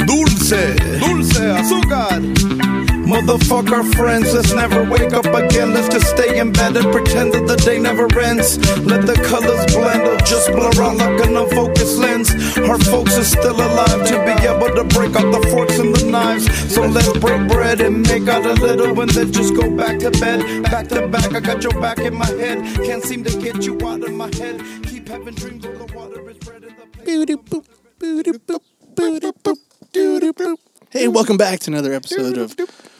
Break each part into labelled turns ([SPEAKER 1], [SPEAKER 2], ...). [SPEAKER 1] leche, dulce, azúcar. Motherfucker friends, let's never wake up again. Let's just stay in bed and pretend that the day never ends. Let the colors blend or just blur out like an unfocused lens. Our folks are still alive to be able to break out the forks and the knives. So let's break bread and make out a little and then just go back to bed. Back to back, I got your back in my head. Can't seem to get you out of my head. Keep having dreams of the water is red in the
[SPEAKER 2] Booty boop, booty boop, booty boop, dooty boop. Hey, welcome back to another episode of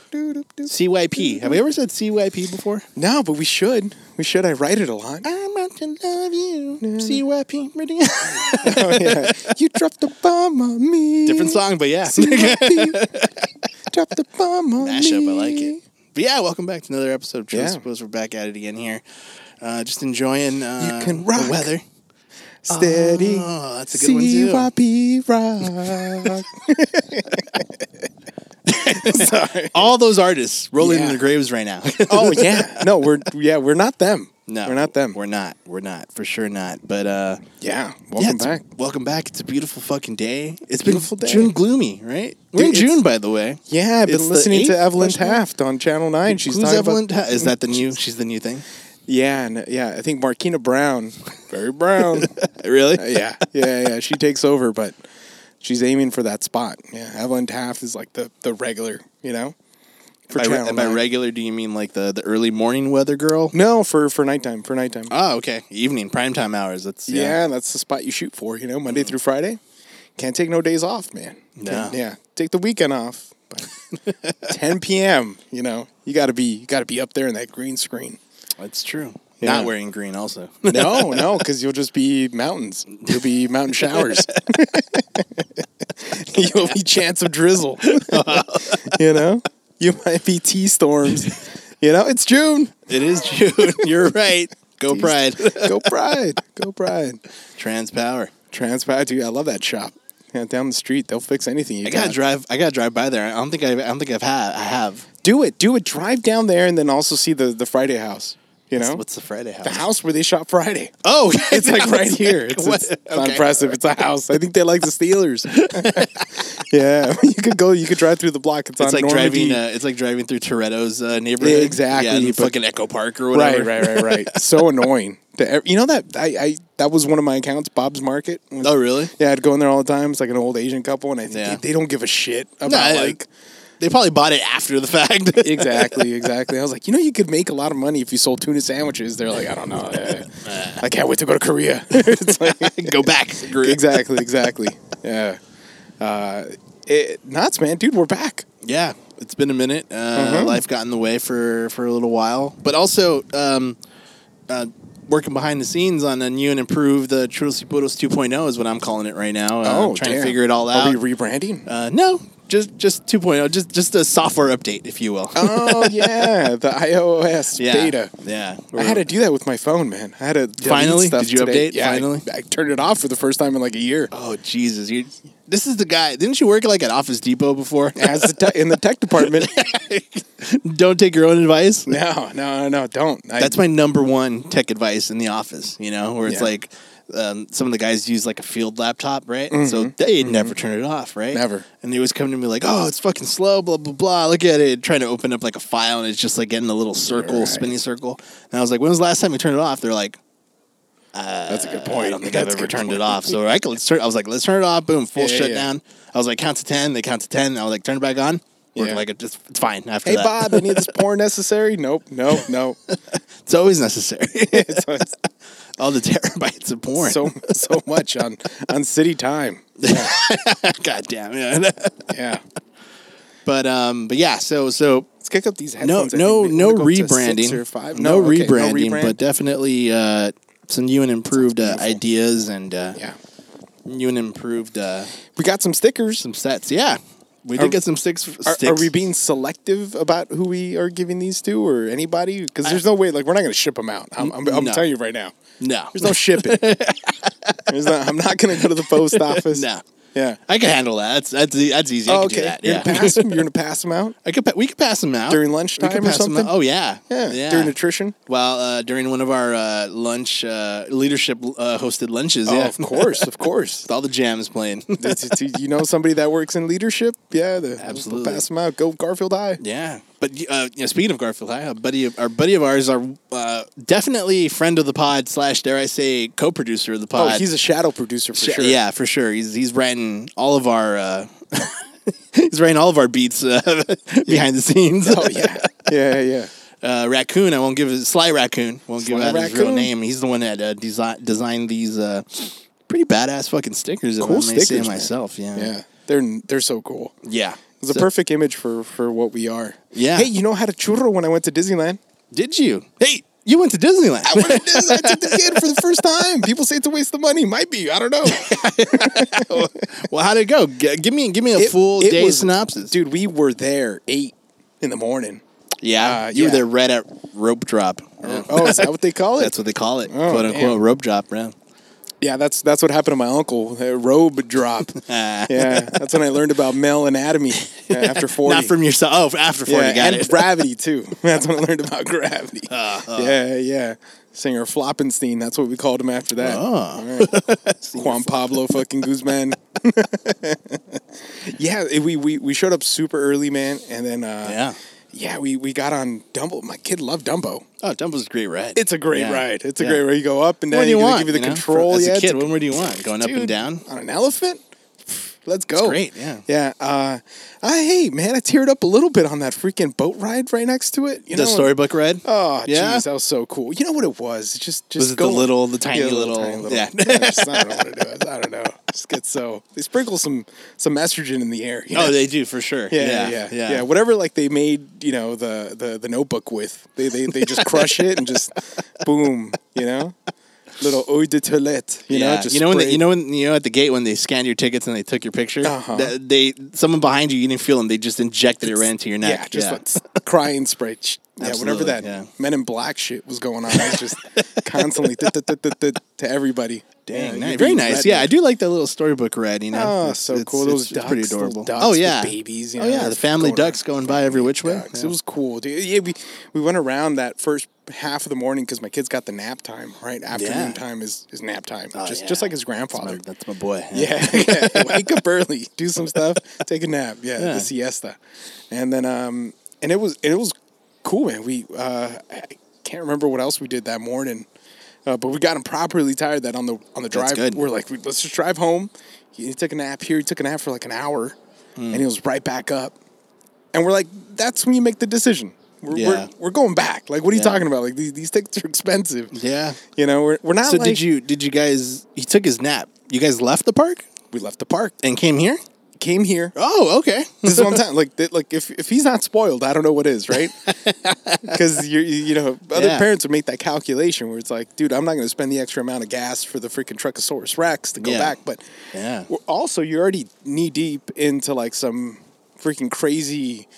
[SPEAKER 2] CYP. Have we ever said CYP before?
[SPEAKER 3] No, but we should. We should. I write it a lot.
[SPEAKER 2] I'm about to love you. CYP. radio.
[SPEAKER 3] Oh, yeah. you dropped the bomb on me.
[SPEAKER 2] Different song, but yeah.
[SPEAKER 3] Drop the bomb on
[SPEAKER 2] mashup.
[SPEAKER 3] me.
[SPEAKER 2] I like it. But yeah, welcome back to another episode of True
[SPEAKER 3] Yeah.
[SPEAKER 2] Suppose. We're back at it again here. Uh, just enjoying uh,
[SPEAKER 3] can
[SPEAKER 2] the
[SPEAKER 3] rock.
[SPEAKER 2] weather.
[SPEAKER 3] Steady.
[SPEAKER 2] Oh, that's a good one, too.
[SPEAKER 3] CYP rock. Sorry.
[SPEAKER 2] All those artists rolling in
[SPEAKER 3] Yeah.
[SPEAKER 2] their graves right now.
[SPEAKER 3] Oh yeah. No, we're yeah, we're not them.
[SPEAKER 2] no,
[SPEAKER 3] We're not them.
[SPEAKER 2] We're not. We're not. For sure not. But uh,
[SPEAKER 3] yeah.
[SPEAKER 2] yeah,
[SPEAKER 3] Welcome
[SPEAKER 2] it's-
[SPEAKER 3] back.
[SPEAKER 2] Welcome back. It's a beautiful fucking day. It's been
[SPEAKER 3] Beautiful day.
[SPEAKER 2] June gloomy, right? We're in
[SPEAKER 3] Dude, it's-
[SPEAKER 2] June, by the way.
[SPEAKER 3] Yeah, I've
[SPEAKER 2] It's
[SPEAKER 3] been
[SPEAKER 2] the
[SPEAKER 3] listening
[SPEAKER 2] eighth
[SPEAKER 3] to Evelyn
[SPEAKER 2] question?
[SPEAKER 3] Taft on Channel 9. She's
[SPEAKER 2] Who's
[SPEAKER 3] talking
[SPEAKER 2] Evelyn?
[SPEAKER 3] about
[SPEAKER 2] Ta- is that the new? She's the new thing.
[SPEAKER 3] Yeah, and, yeah, I think Marquina Brown. Very brown.
[SPEAKER 2] Really?
[SPEAKER 3] yeah, yeah, yeah. She takes over, but she's aiming for that spot. Yeah, Evelyn Taft is like the the regular, you know. For
[SPEAKER 2] By,
[SPEAKER 3] Channel
[SPEAKER 2] re- by
[SPEAKER 3] 9.
[SPEAKER 2] regular, do you mean like the, the early morning weather girl?
[SPEAKER 3] no, for for nighttime, for nighttime.
[SPEAKER 2] Oh, okay. Evening, primetime hours. That's
[SPEAKER 3] yeah. that's the spot you shoot for. You know, Monday through Friday. Can't take no days off, man.
[SPEAKER 2] Hmm. No.
[SPEAKER 3] Can't- yeah, take the weekend off. But 10 p.m. You know, you got to be you got to be up there in that green screen.
[SPEAKER 2] That's true.
[SPEAKER 3] Yeah.
[SPEAKER 2] Not wearing green, also.
[SPEAKER 3] No, no, because you'll just be mountains. You'll be mountain showers. you'll be chance of drizzle. you know, you might be tea storms. You know, it's June.
[SPEAKER 2] it is June. You're right. Go Pride.
[SPEAKER 3] Go Pride. Go Pride.
[SPEAKER 2] Trans power.
[SPEAKER 3] Transpire, dude. I love that shop. Yeah, down the street, they'll fix anything you
[SPEAKER 2] I
[SPEAKER 3] got.
[SPEAKER 2] gotta drive. I gotta drive by there. I don't think I. I don't think I've had. I have.
[SPEAKER 3] do it. Do it. Drive down there and then also see the the Friday house. You know,
[SPEAKER 2] What's the Friday house?
[SPEAKER 3] the house where they shop Friday.
[SPEAKER 2] Oh,
[SPEAKER 3] It's like right here. It's,
[SPEAKER 2] What?
[SPEAKER 3] it's,
[SPEAKER 2] Okay.
[SPEAKER 3] not impressive. It's a house. I think they like the Steelers. yeah, you could go. You could drive through the block. It's,
[SPEAKER 2] It's
[SPEAKER 3] on
[SPEAKER 2] like
[SPEAKER 3] Normandy.
[SPEAKER 2] driving. Uh, it's like driving through Toretto's uh, neighborhood.
[SPEAKER 3] exactly,
[SPEAKER 2] Yeah, in
[SPEAKER 3] but-
[SPEAKER 2] fucking Echo Park or whatever.
[SPEAKER 3] right, right, right, right. so annoying. To ev- You know that I, I that was one of my accounts, Bob's Market.
[SPEAKER 2] Oh, really?
[SPEAKER 3] Yeah, I'd go in there all the time. It's like an old Asian couple, and I think
[SPEAKER 2] Yeah.
[SPEAKER 3] they, they don't give a shit about
[SPEAKER 2] I-
[SPEAKER 3] like
[SPEAKER 2] They probably bought it after the fact.
[SPEAKER 3] exactly, exactly. I was like, you know, you could make a lot of money if you sold tuna sandwiches. They're like, I don't know. Uh, I can't wait to go to Korea. it's like,
[SPEAKER 2] Go back.
[SPEAKER 3] exactly, exactly. Yeah. Uh, it, nuts, man, dude. We're back.
[SPEAKER 2] Yeah, it's been a minute. Uh,
[SPEAKER 3] Mm-hmm.
[SPEAKER 2] Life got in the way for for a little while, but also um, uh, working behind the scenes on a new and improved the uh, Trulos y Putos 2.0 is what I'm calling it right now. Uh, I'm trying
[SPEAKER 3] Oh, damn.
[SPEAKER 2] to figure it all out.
[SPEAKER 3] Are we rebranding?
[SPEAKER 2] uh, no, just just 2.0, just just a software update, if you will.
[SPEAKER 3] oh yeah, the iOS
[SPEAKER 2] yeah,
[SPEAKER 3] beta.
[SPEAKER 2] Yeah,
[SPEAKER 3] I had to do that with my phone, man. I had to delete
[SPEAKER 2] Finally?
[SPEAKER 3] Stuff
[SPEAKER 2] Did you
[SPEAKER 3] today.
[SPEAKER 2] update?
[SPEAKER 3] Yeah, I-
[SPEAKER 2] Finally?
[SPEAKER 3] I, turned it off for the first time in like a year.
[SPEAKER 2] Oh Jesus! You, this is the guy. Didn't you work like at Office Depot before?
[SPEAKER 3] As the te- in the tech department.
[SPEAKER 2] Don't take your own advice.
[SPEAKER 3] no, no, no, don't. I,
[SPEAKER 2] That's my number one tech advice in the office. You know, where it's
[SPEAKER 3] Yeah.
[SPEAKER 2] like um, some of the guys use like a field laptop, right? So they never turn it off, right?
[SPEAKER 3] Mm-hmm. Never.
[SPEAKER 2] And they always come to me like, "Oh, it's fucking slow, blah blah blah." Look at it, trying to open up like a file, and it's just like getting a little circle,
[SPEAKER 3] Right.
[SPEAKER 2] spinning circle. And I was like, "When was the last time you turned it off?" They're like,
[SPEAKER 3] that's a good
[SPEAKER 2] "Oh,
[SPEAKER 3] point.
[SPEAKER 2] "I don't think
[SPEAKER 3] that's
[SPEAKER 2] I've
[SPEAKER 3] a
[SPEAKER 2] ever
[SPEAKER 3] good
[SPEAKER 2] turned
[SPEAKER 3] point.
[SPEAKER 2] it off." So I could, let's turn. I was like, "Let's turn it off." Boom, full
[SPEAKER 3] Yeah, yeah,
[SPEAKER 2] shutdown. I was like, "Count to ten. They count to ten. I was like, "Turn it back on." We're
[SPEAKER 3] Yeah.
[SPEAKER 2] like, it just, it's fine after
[SPEAKER 3] Hey
[SPEAKER 2] that.
[SPEAKER 3] Bob, any of this porn necessary? Nope, no, no.
[SPEAKER 2] It's always necessary.
[SPEAKER 3] It's, it's
[SPEAKER 2] All the terabytes of porn.
[SPEAKER 3] so so much on on city time.
[SPEAKER 2] God damn it.
[SPEAKER 3] Yeah,
[SPEAKER 2] but um but yeah, so so
[SPEAKER 3] let's kick up these
[SPEAKER 2] no
[SPEAKER 3] headphones. I
[SPEAKER 2] no
[SPEAKER 3] think we
[SPEAKER 2] no
[SPEAKER 3] wanna go to six
[SPEAKER 2] rebranding.
[SPEAKER 3] or five.
[SPEAKER 2] No,
[SPEAKER 3] okay,
[SPEAKER 2] rebranding,
[SPEAKER 3] rebrand.
[SPEAKER 2] but definitely uh some new and improved uh,
[SPEAKER 3] beautiful.
[SPEAKER 2] ideas and uh
[SPEAKER 3] yeah,
[SPEAKER 2] new and improved uh
[SPEAKER 3] we got some stickers.
[SPEAKER 2] some sets. Yeah. We did
[SPEAKER 3] Are-
[SPEAKER 2] get some sticks,
[SPEAKER 3] Are,
[SPEAKER 2] sticks.
[SPEAKER 3] are we being selective about who we are giving these to or anybody? Because there's no way, like, we're not going to ship them out. I'm, I'm, I'm
[SPEAKER 2] No.
[SPEAKER 3] telling you right now.
[SPEAKER 2] No.
[SPEAKER 3] There's no shipping. There's not, I'm not going to go to the post office.
[SPEAKER 2] no.
[SPEAKER 3] Yeah.
[SPEAKER 2] I can handle that. That's that's, e- that's easy. I
[SPEAKER 3] Oh,
[SPEAKER 2] can
[SPEAKER 3] okay.
[SPEAKER 2] do that.
[SPEAKER 3] You're
[SPEAKER 2] Yeah.
[SPEAKER 3] gonna pass them. You're gonna pass them out.
[SPEAKER 2] I could. Pa- we could pass them out
[SPEAKER 3] During
[SPEAKER 2] We
[SPEAKER 3] lunchtime
[SPEAKER 2] could
[SPEAKER 3] or
[SPEAKER 2] pass 'em out.
[SPEAKER 3] something?
[SPEAKER 2] Oh yeah.
[SPEAKER 3] Yeah. During nutrition.
[SPEAKER 2] Well, uh, during one of our uh, lunch uh, leadership uh, hosted lunches.
[SPEAKER 3] Oh,
[SPEAKER 2] yeah,
[SPEAKER 3] of course, of course.
[SPEAKER 2] With all the jams playing.
[SPEAKER 3] Did- did you know somebody that works in leadership? Yeah, the,
[SPEAKER 2] Absolutely.
[SPEAKER 3] Pass them out. Go Garfield High.
[SPEAKER 2] yeah. But uh, yeah, speaking of Garfield High, a buddy of, our buddy of ours, our uh, definitely friend of the pod slash dare I say co-producer of the
[SPEAKER 3] Oh,
[SPEAKER 2] pod.
[SPEAKER 3] he's a shadow producer for
[SPEAKER 2] Sh-
[SPEAKER 3] sure.
[SPEAKER 2] Yeah, for sure. He's he's writing all of our uh, he's writing all of our beats uh, behind the scenes.
[SPEAKER 3] Oh yeah. Yeah, yeah.
[SPEAKER 2] uh, raccoon. I won't give his Sly Raccoon. Won't give
[SPEAKER 3] Sly
[SPEAKER 2] out his real
[SPEAKER 3] Raccoon.
[SPEAKER 2] name. He's the one that uh, desi- designed these uh, pretty badass fucking stickers.
[SPEAKER 3] Cool
[SPEAKER 2] Cool if I may say
[SPEAKER 3] stickers, man.
[SPEAKER 2] myself. Yeah,
[SPEAKER 3] Yeah. They're they're so cool.
[SPEAKER 2] yeah.
[SPEAKER 3] It's a
[SPEAKER 2] So-
[SPEAKER 3] perfect image for for what we are.
[SPEAKER 2] Yeah.
[SPEAKER 3] Hey, you know how to churro when I went to Disneyland?
[SPEAKER 2] Did you? Hey, you went to Disneyland.
[SPEAKER 3] I went to Disneyland I took the kid for the first time. People say it's a waste of money. Might be. I don't know.
[SPEAKER 2] well, how'd it go? G- give me give me a
[SPEAKER 3] It-
[SPEAKER 2] full
[SPEAKER 3] it
[SPEAKER 2] day
[SPEAKER 3] was-
[SPEAKER 2] synopsis.
[SPEAKER 3] Dude, we were there eight in the morning.
[SPEAKER 2] yeah,
[SPEAKER 3] uh,
[SPEAKER 2] you were
[SPEAKER 3] yeah.
[SPEAKER 2] there right at rope drop.
[SPEAKER 3] Oh, is that what they call it?
[SPEAKER 2] That's what they call it,
[SPEAKER 3] Oh,
[SPEAKER 2] quote unquote,
[SPEAKER 3] damn.
[SPEAKER 2] rope drop. Uh, Yeah.
[SPEAKER 3] yeah, that's that's what happened to my uncle. Uh, robe drop.
[SPEAKER 2] Ah.
[SPEAKER 3] yeah, that's when I learned about male anatomy uh, after forty.
[SPEAKER 2] Not from yourself. Oh, f- after
[SPEAKER 3] yeah,
[SPEAKER 2] forty, got
[SPEAKER 3] and
[SPEAKER 2] it. Uh-huh.
[SPEAKER 3] gravity too. That's when I learned about gravity. Yeah, yeah. Singer Floppenstein. That's what we called him after that.
[SPEAKER 2] Oh.
[SPEAKER 3] Right. Juan Pablo fucking Guzman. yeah, it- we, we we showed up super early, man, and then uh,
[SPEAKER 2] yeah.
[SPEAKER 3] yeah, we we got on Dumbo. My kid loved Dumbo.
[SPEAKER 2] Oh, Dumbo's a great ride.
[SPEAKER 3] It's a great
[SPEAKER 2] Yeah.
[SPEAKER 3] ride. It's a
[SPEAKER 2] Yeah.
[SPEAKER 3] great ride. You go up and down.
[SPEAKER 2] What do you
[SPEAKER 3] they
[SPEAKER 2] want?
[SPEAKER 3] Give you the
[SPEAKER 2] know, for-
[SPEAKER 3] control.
[SPEAKER 2] as
[SPEAKER 3] yeah,
[SPEAKER 2] a
[SPEAKER 3] it's
[SPEAKER 2] kid, what more do you want? Going up and
[SPEAKER 3] dude,
[SPEAKER 2] down.
[SPEAKER 3] on an elephant. Let's go.
[SPEAKER 2] great, yeah.
[SPEAKER 3] Yeah. Uh, I, hey, man, I teared up a little bit on that freaking boat ride right next to it. You
[SPEAKER 2] the
[SPEAKER 3] know?
[SPEAKER 2] storybook ride.
[SPEAKER 3] Oh, jeez,
[SPEAKER 2] Yeah?
[SPEAKER 3] that was so cool. You know what it was? It's Just, just
[SPEAKER 2] Was it the
[SPEAKER 3] going-
[SPEAKER 2] little- the tiny little- yeah.
[SPEAKER 3] Yeah. just- I don't know what it is. I don't know. Just get so they sprinkle some some estrogen in the air. you know?
[SPEAKER 2] oh, they do for sure.
[SPEAKER 3] yeah, yeah, yeah, Whatever, like they made, you know, the the, the notebook with. They, they they just crush it and just boom, you know, little eau de toilette, you know,
[SPEAKER 2] Yeah.
[SPEAKER 3] just
[SPEAKER 2] you know when they,
[SPEAKER 3] spray-
[SPEAKER 2] you know when you know at the gate when they scanned your tickets and they took your picture.
[SPEAKER 3] Uh-huh.
[SPEAKER 2] that- they someone behind you you didn't feel them. They just injected it right into your neck.
[SPEAKER 3] yeah, just like crying spray, Ch- yeah, whatever
[SPEAKER 2] Absolutely,
[SPEAKER 3] that
[SPEAKER 2] yeah.
[SPEAKER 3] Men in Black shit was going on. It was just constantly th- th- th- th- th- to everybody.
[SPEAKER 2] Dang,
[SPEAKER 3] Yeah,
[SPEAKER 2] nice.
[SPEAKER 3] you're
[SPEAKER 2] very
[SPEAKER 3] being
[SPEAKER 2] nice.
[SPEAKER 3] threatened.
[SPEAKER 2] Yeah, I do like that little storybook ride. You know,
[SPEAKER 3] Oh,
[SPEAKER 2] It's-
[SPEAKER 3] so
[SPEAKER 2] it's-
[SPEAKER 3] cool. Those
[SPEAKER 2] it's- it's pretty
[SPEAKER 3] ducks, little
[SPEAKER 2] adorable.
[SPEAKER 3] ducks
[SPEAKER 2] oh
[SPEAKER 3] with
[SPEAKER 2] yeah,
[SPEAKER 3] babies, you
[SPEAKER 2] oh
[SPEAKER 3] know,
[SPEAKER 2] yeah, the
[SPEAKER 3] just
[SPEAKER 2] family
[SPEAKER 3] going around.
[SPEAKER 2] ducks going by every which way.
[SPEAKER 3] Ducks.
[SPEAKER 2] Yeah.
[SPEAKER 3] It was cool, dude. Yeah, we, we went around that first half of the morning because my kids got the nap time. Right, afternoon
[SPEAKER 2] Yeah.
[SPEAKER 3] time is, is nap time.
[SPEAKER 2] Oh,
[SPEAKER 3] just
[SPEAKER 2] yeah.
[SPEAKER 3] just like his
[SPEAKER 2] That's my,
[SPEAKER 3] grandfather.
[SPEAKER 2] that's my boy.
[SPEAKER 3] Yeah, yeah. Wake up early, do some stuff, take a nap. Yeah,
[SPEAKER 2] Yeah.
[SPEAKER 3] the siesta, and then um, and it was and it was cool, man. We uh, I can't remember what else we did that morning, uh, but we got him properly tired. That on the on the drive,
[SPEAKER 2] That's good.
[SPEAKER 3] we're like, let's just drive home. He took a nap here. He took a nap for like an hour,
[SPEAKER 2] Hmm.
[SPEAKER 3] and he was right back up. And we're like, that's when you make the decision. We're,
[SPEAKER 2] Yeah.
[SPEAKER 3] we're, we're going back. Like, what are you
[SPEAKER 2] Yeah.
[SPEAKER 3] talking about? Like, these, these tickets are expensive.
[SPEAKER 2] yeah.
[SPEAKER 3] You know, we're, we're not
[SPEAKER 2] So
[SPEAKER 3] like,
[SPEAKER 2] did you did you guys? He took his nap. You guys left the park
[SPEAKER 3] we left the park,
[SPEAKER 2] and came here.
[SPEAKER 3] came here,
[SPEAKER 2] Oh, okay.
[SPEAKER 3] This is what I'm telling. Like, that- like if, if he's not spoiled, I don't know what is, right? Because you you know other
[SPEAKER 2] Yeah.
[SPEAKER 3] parents would make that calculation where it's like, dude, I'm not going to spend the extra amount of gas for the freaking Truckosaurus Rex to go
[SPEAKER 2] Yeah.
[SPEAKER 3] back. But
[SPEAKER 2] Yeah.
[SPEAKER 3] we're- also, you're already knee deep into like some freaking crazy,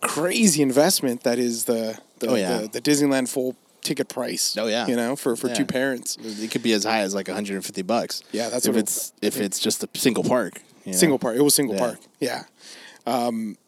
[SPEAKER 3] crazy investment that is the the,
[SPEAKER 2] Oh, yeah.
[SPEAKER 3] the, the Disneyland full ticket price.
[SPEAKER 2] Oh, yeah.
[SPEAKER 3] you know for for
[SPEAKER 2] Yeah.
[SPEAKER 3] two parents.
[SPEAKER 2] It could be as high as like 150 bucks.
[SPEAKER 3] Yeah, that's
[SPEAKER 2] if
[SPEAKER 3] what it-
[SPEAKER 2] it's if it's just a single park. you know?
[SPEAKER 3] Single park. It was single
[SPEAKER 2] Yeah.
[SPEAKER 3] park. Yeah. Um,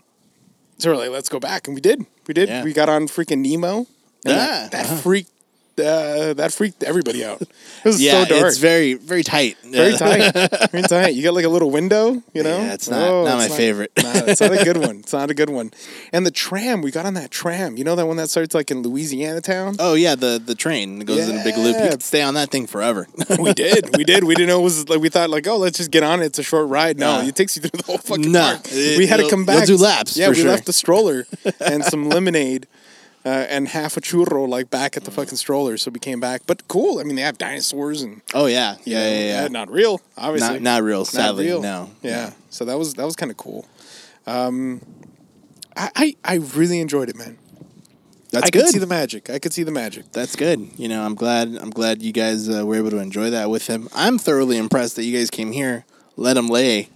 [SPEAKER 3] so we're like, let's go back, and we did. We did.
[SPEAKER 2] Yeah.
[SPEAKER 3] We got on freaking Nemo. And
[SPEAKER 2] Yeah. Uh-huh.
[SPEAKER 3] That, that freaked. Uh, that freaked everybody out. It was
[SPEAKER 2] Yeah,
[SPEAKER 3] so dark.
[SPEAKER 2] it's very very tight. Uh,
[SPEAKER 3] very
[SPEAKER 2] Yeah.
[SPEAKER 3] tight. Very tight. You got like a little window. You know.
[SPEAKER 2] Yeah, it's not- not my favorite.
[SPEAKER 3] nah, it's not a good one. It's not a good one. And the tram. We got on that tram. You know that one that starts like in Louisiana town.
[SPEAKER 2] Oh yeah, the the train that goes in a big loop. You
[SPEAKER 3] Yeah.
[SPEAKER 2] could stay on that thing forever.
[SPEAKER 3] we did. We did. We didn't know it was like we thought like, oh, let's just get on it. It's a short ride. No,
[SPEAKER 2] Nah.
[SPEAKER 3] it takes you through the whole fucking
[SPEAKER 2] Nah.
[SPEAKER 3] park.
[SPEAKER 2] It-
[SPEAKER 3] we had to
[SPEAKER 2] you'll-
[SPEAKER 3] come
[SPEAKER 2] you'll
[SPEAKER 3] back.
[SPEAKER 2] do laps,
[SPEAKER 3] Yeah,
[SPEAKER 2] for
[SPEAKER 3] we
[SPEAKER 2] sure.
[SPEAKER 3] left the stroller and some lemonade. Uh, and half a churro, like back at
[SPEAKER 2] Mm.
[SPEAKER 3] the fucking stroller, so we came back. But cool, I mean, they have dinosaurs and Uh,
[SPEAKER 2] oh yeah, yeah yeah yeah.
[SPEAKER 3] not real, obviously,
[SPEAKER 2] Not not real. Sadly,
[SPEAKER 3] real.
[SPEAKER 2] no.
[SPEAKER 3] yeah. So that was that was kind of cool. Um, I, I I really enjoyed it, man.
[SPEAKER 2] That's
[SPEAKER 3] I
[SPEAKER 2] good.
[SPEAKER 3] could see the magic. I could see the magic.
[SPEAKER 2] That's good. You know, I'm glad. I'm glad you guys uh, were able to enjoy that with him. I'm thoroughly impressed that you guys came here, let him lay,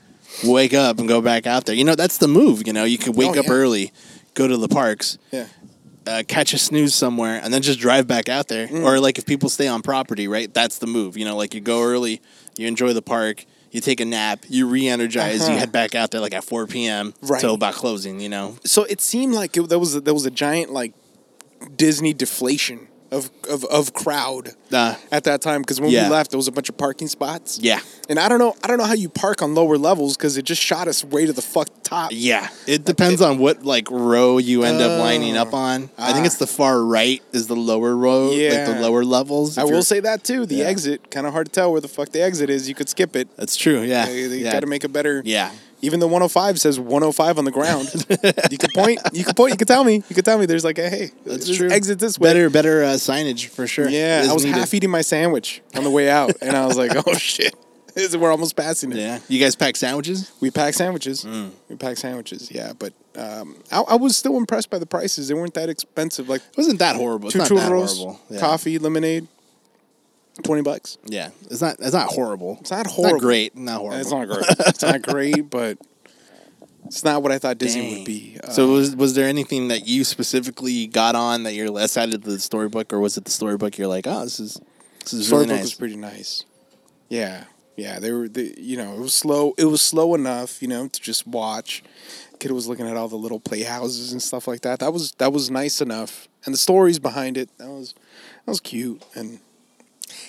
[SPEAKER 2] wake up, and go back out there. You know, that's the move. You know, you could wake
[SPEAKER 3] Oh,
[SPEAKER 2] up
[SPEAKER 3] yeah.
[SPEAKER 2] early, go to the parks,
[SPEAKER 3] Yeah,
[SPEAKER 2] uh, catch a snooze somewhere, and then just drive back out there. Or like if people stay on property, right? That's the move. You know, like you go early, you enjoy the park, you take a nap, you re-energize, you head back out there like at 4 p.m.
[SPEAKER 3] Right.
[SPEAKER 2] till about closing. You know,
[SPEAKER 3] so it seemed like it, there was a, there was a giant like Disney deflation of of, of crowd
[SPEAKER 2] Uh,
[SPEAKER 3] at that time because when
[SPEAKER 2] yeah.
[SPEAKER 3] we left there was a bunch of parking spots.
[SPEAKER 2] Yeah.
[SPEAKER 3] and I don't know I don't know how you park on lower levels because it just shot us way to the fuck top.
[SPEAKER 2] yeah. It depends on what like row you end up lining up on. I think
[SPEAKER 3] Ah.
[SPEAKER 2] it's the far right is the lower row, like
[SPEAKER 3] Yeah.
[SPEAKER 2] the lower levels.
[SPEAKER 3] I
[SPEAKER 2] If you're-
[SPEAKER 3] will say that too. The
[SPEAKER 2] Yeah.
[SPEAKER 3] exit kind of hard to tell where the fuck the exit is. You could skip it.
[SPEAKER 2] that's true. Yeah,
[SPEAKER 3] You, you
[SPEAKER 2] yeah.
[SPEAKER 3] got to make a better.
[SPEAKER 2] yeah.
[SPEAKER 3] Even the 105 says 105 on the ground. you could point. You could point. You could tell me. You could tell me. There's like a hey.
[SPEAKER 2] That's
[SPEAKER 3] just
[SPEAKER 2] true.
[SPEAKER 3] Exit this way.
[SPEAKER 2] Better, better uh, signage for sure.
[SPEAKER 3] Yeah,
[SPEAKER 2] Is
[SPEAKER 3] I was
[SPEAKER 2] needed.
[SPEAKER 3] half eating my sandwich on the way out, and I was like, "Oh shit, This- we're almost passing it."
[SPEAKER 2] Yeah, Mm. you guys pack sandwiches.
[SPEAKER 3] We pack sandwiches. We pack sandwiches. Yeah, but um, I, I was still impressed by the prices. They weren't that expensive. Like
[SPEAKER 2] It wasn't that horrible. It's
[SPEAKER 3] two
[SPEAKER 2] not that
[SPEAKER 3] churros,
[SPEAKER 2] horrible. Yeah.
[SPEAKER 3] coffee, lemonade, twenty bucks.
[SPEAKER 2] Yeah, it's not. It's not horrible.
[SPEAKER 3] It's not
[SPEAKER 2] It's
[SPEAKER 3] horrible.
[SPEAKER 2] Not great. Not horrible.
[SPEAKER 3] It's not great. it's not great, but it's not what I thought Disney
[SPEAKER 2] Dang.
[SPEAKER 3] would be. Uh,
[SPEAKER 2] so was was there anything that you specifically got on that you're less out of the storybook, or was it the storybook? You're like, oh, this is this is
[SPEAKER 3] storybook
[SPEAKER 2] really nice.
[SPEAKER 3] was pretty nice. Yeah, yeah. They were, they, you know, it was slow. It was slow enough, you know, to just watch. Kid was looking at all the little playhouses and stuff like that. That was that was nice enough, and the stories behind it that was that was cute, and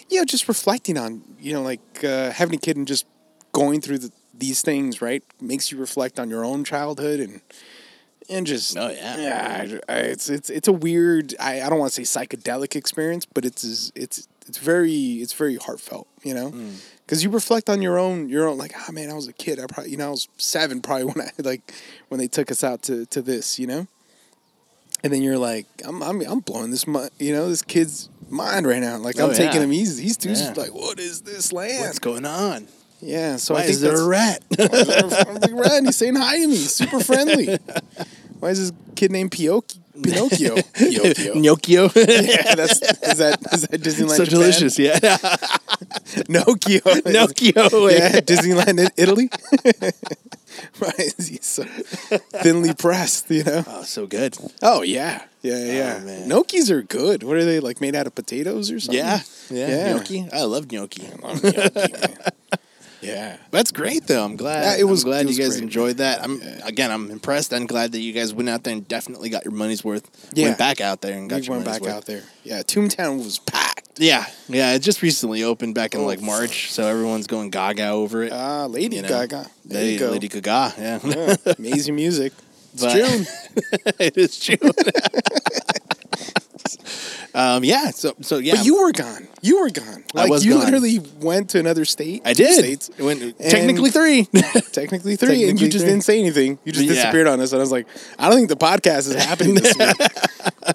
[SPEAKER 3] you know, just reflecting on you know, like uh, having a kid and just going through the, these things, right, makes you reflect on your own childhood and and just
[SPEAKER 2] Oh, yeah.
[SPEAKER 3] yeah. I, I, it's it's it's a weird. I, I don't want to say psychedelic experience, but it's it's- it's it's very it's very heartfelt, you know,
[SPEAKER 2] Hmm.
[SPEAKER 3] because you reflect on your own your own like ah man, I was a kid. I probably you know I was seven probably when I like when they took us out to to this, you know, and then you're like I'm I'm I'm blowing this mi- you know this kid's mind right now. Like
[SPEAKER 2] Oh,
[SPEAKER 3] I'm taking
[SPEAKER 2] yeah.
[SPEAKER 3] him easy. He's too
[SPEAKER 2] Yeah.
[SPEAKER 3] like what is this land?
[SPEAKER 2] What's going on?
[SPEAKER 3] yeah, so I
[SPEAKER 2] Why
[SPEAKER 3] think
[SPEAKER 2] is there
[SPEAKER 3] that's-
[SPEAKER 2] a rat?
[SPEAKER 3] I'm like, Ren, he's saying hi to me. He's super friendly. Why is this kid named Pinoc- Pinocchio? Pinocchio.
[SPEAKER 2] Gnocchio.
[SPEAKER 3] yeah, that's is that is that Disneyland?
[SPEAKER 2] so
[SPEAKER 3] Japan?
[SPEAKER 2] delicious. Yeah.
[SPEAKER 3] Pinocchio.
[SPEAKER 2] Gnocchio.
[SPEAKER 3] Yeah, Disneyland in Italy. Why is he so thinly pressed? You know.
[SPEAKER 2] Oh, so good.
[SPEAKER 3] Oh yeah, Oh, yeah, yeah.
[SPEAKER 2] man.
[SPEAKER 3] Gnocchis are good. What are they like? Made out of potatoes or something?
[SPEAKER 2] Yeah. Yeah.
[SPEAKER 3] Yeah.
[SPEAKER 2] Gnocchi. I love gnocchi.
[SPEAKER 3] Love gnocchi, man. yeah.
[SPEAKER 2] That's great, though. I'm glad.
[SPEAKER 3] Yeah, it was-
[SPEAKER 2] I'm glad
[SPEAKER 3] it was
[SPEAKER 2] you guys
[SPEAKER 3] great.
[SPEAKER 2] enjoyed that. I'm again. I'm impressed. I'm glad that you guys went out there and definitely got your money's worth.
[SPEAKER 3] Yeah.
[SPEAKER 2] Went back out there and got
[SPEAKER 3] We
[SPEAKER 2] your
[SPEAKER 3] went
[SPEAKER 2] money's
[SPEAKER 3] back
[SPEAKER 2] worth.
[SPEAKER 3] out there. Yeah, Toontown was packed.
[SPEAKER 2] Yeah, yeah. It just recently opened back in
[SPEAKER 3] Oh,
[SPEAKER 2] like March, so everyone's going gaga over it.
[SPEAKER 3] Ah, Lady
[SPEAKER 2] you know?
[SPEAKER 3] Gaga. There
[SPEAKER 2] Lady,
[SPEAKER 3] you go.
[SPEAKER 2] Lady Gaga. Yeah,
[SPEAKER 3] Yeah, amazing music. It's
[SPEAKER 2] But-
[SPEAKER 3] June.
[SPEAKER 2] it is June. um, yeah. So, so yeah.
[SPEAKER 3] But you were gone. You were gone.
[SPEAKER 2] I
[SPEAKER 3] Like,
[SPEAKER 2] was
[SPEAKER 3] you
[SPEAKER 2] gone.
[SPEAKER 3] literally went to another state.
[SPEAKER 2] I
[SPEAKER 3] two
[SPEAKER 2] did.
[SPEAKER 3] States,
[SPEAKER 2] It went- technically three.
[SPEAKER 3] technically three, and you
[SPEAKER 2] Technically
[SPEAKER 3] just
[SPEAKER 2] three.
[SPEAKER 3] didn't say anything. You just
[SPEAKER 2] Yeah.
[SPEAKER 3] disappeared on us, and I was like, I don't think the podcast is happening this week.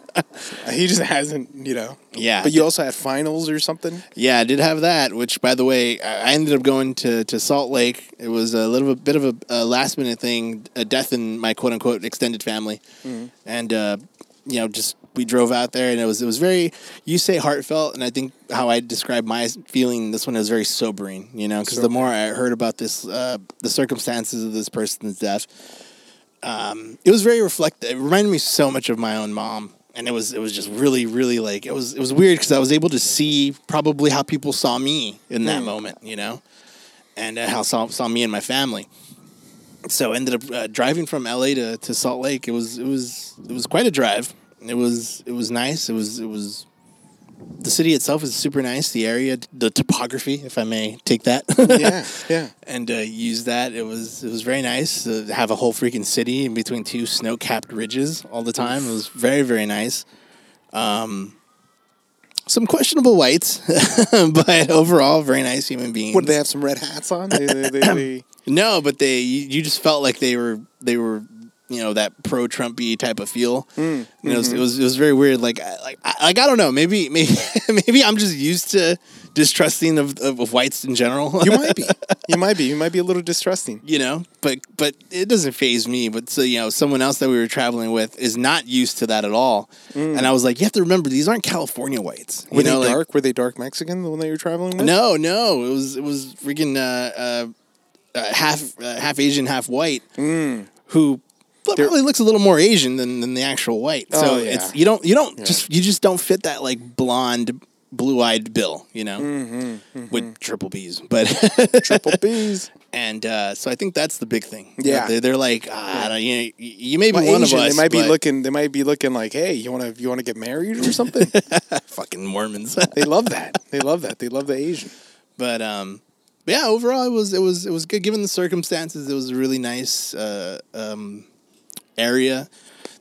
[SPEAKER 3] he just hasn't, you know.
[SPEAKER 2] Yeah.
[SPEAKER 3] But you also had finals or something.
[SPEAKER 2] Yeah, I did have that. Which, by the way, I I ended up going to, to Salt Lake. It was a little bit of a, a last minute thing, a death in my quote unquote extended family, and uh, you know, just we drove out there, and it was it was very you say heartfelt, and I think how I describe my feeling this one is very sobering. You know, because the more I heard about this, uh, the circumstances of this person's death, it was very reflective. It reminded me so much of my own mom, and it was it was just really really like it was it was weird because I was able to see probably how people saw me in that moment, you know, and uh, how saw saw me and my family. So ended up uh, driving from LA to, to Salt Lake. It was it was it was quite a drive. It was it was nice. It was it was the city itself is super nice. The area, the topography, if I may take that.
[SPEAKER 3] Yeah, yeah.
[SPEAKER 2] and uh, use that. It was it was very nice to have a whole freaking city in between two snow capped ridges all the time. It was very very nice. Um, some questionable whites, but overall very nice human beings.
[SPEAKER 3] What did they have? Some red hats on. They, they, they, they-
[SPEAKER 2] No, but they you, you just felt like they were they were you know that pro Trumpy type of feel.
[SPEAKER 3] Mm,
[SPEAKER 2] And it,
[SPEAKER 3] mm-hmm.
[SPEAKER 2] was, it was it was very weird. Like I, like I, like I don't know. Maybe maybe maybe I'm just used to distrusting of, of, of whites in general.
[SPEAKER 3] you might be. You might be. You might be a little distrusting.
[SPEAKER 2] you know but but it doesn't phase me but so you know someone else that we were traveling with is not used to that at all and i was like you have to remember these aren't california whites you
[SPEAKER 3] Mm. Were
[SPEAKER 2] know
[SPEAKER 3] they
[SPEAKER 2] like-
[SPEAKER 3] dark? Were they dark Mexican? The one that you're traveling with?
[SPEAKER 2] no no it was it was freaking uh, uh, uh half uh, half asian half white
[SPEAKER 3] Mm.
[SPEAKER 2] who probably looks a little more asian than, than the actual white so
[SPEAKER 3] Oh, yeah.
[SPEAKER 2] it's you don't you don't just you just don't fit that like blonde Blue Eyed Bill, you know,
[SPEAKER 3] Mm-hmm,
[SPEAKER 2] with triple B's, but
[SPEAKER 3] Triple B's.
[SPEAKER 2] and uh, so I think that's the big thing.
[SPEAKER 3] Yeah.
[SPEAKER 2] they're, they're like, ah, I don't- you, know, you- you may be
[SPEAKER 3] Well,
[SPEAKER 2] one
[SPEAKER 3] Asian,
[SPEAKER 2] of us.
[SPEAKER 3] they might be
[SPEAKER 2] but-
[SPEAKER 3] looking. They might be looking like, "Hey, you want to you want to get married or something?"
[SPEAKER 2] fucking Mormons.
[SPEAKER 3] they love that. They love that. They love the Asian.
[SPEAKER 2] but um, yeah, overall it was it was it was good given the circumstances. It was a really nice uh, um, area.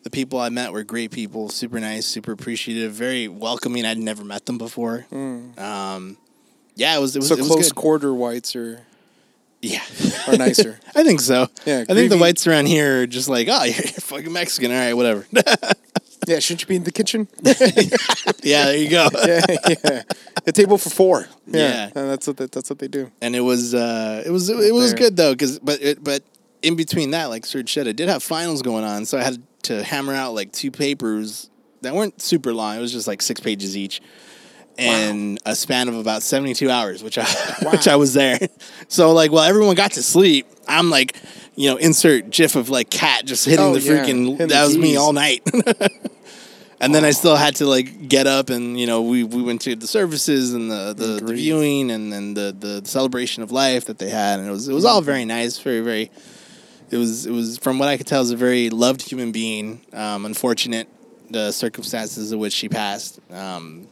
[SPEAKER 2] The people I met were great people, super nice, super appreciative, very welcoming. I'd never met them before. Um, yeah, it was it was,
[SPEAKER 3] Mm. So
[SPEAKER 2] it was
[SPEAKER 3] close
[SPEAKER 2] good.
[SPEAKER 3] quarter whites are
[SPEAKER 2] yeah.
[SPEAKER 3] are nicer.
[SPEAKER 2] I think so.
[SPEAKER 3] Yeah,
[SPEAKER 2] I think the
[SPEAKER 3] creepy-
[SPEAKER 2] whites around here are just like, oh, you're, you're fucking Mexican. All right, whatever.
[SPEAKER 3] yeah, shouldn't you be in the kitchen?
[SPEAKER 2] yeah, there you go.
[SPEAKER 3] yeah, yeah. A table for four. Yeah,
[SPEAKER 2] Yeah.
[SPEAKER 3] And that's what they, that's what they do.
[SPEAKER 2] And it was, uh, it was, it was
[SPEAKER 3] Fair.
[SPEAKER 2] good though, because but it, but in between that, like Serge said, I did have finals going on, so I had to hammer out like two papers that weren't super long. It was just like six pages each. And a span of about seventy-two hours, which I which I was there. So like, while everyone got to sleep, I'm like, you know, insert GIF of like cat just hitting
[SPEAKER 3] Oh,
[SPEAKER 2] the
[SPEAKER 3] yeah.
[SPEAKER 2] freaking.
[SPEAKER 3] Hitting the
[SPEAKER 2] that was me
[SPEAKER 3] keys.
[SPEAKER 2] all night. And then I still had to like get up and you know we, we went to the services and the, the, the
[SPEAKER 3] Agreed.
[SPEAKER 2] viewing and then the, the celebration of life that they had and it was it was all very nice very very it was it was from what I could tell is a very loved human being um, unfortunate the circumstances in which she passed um,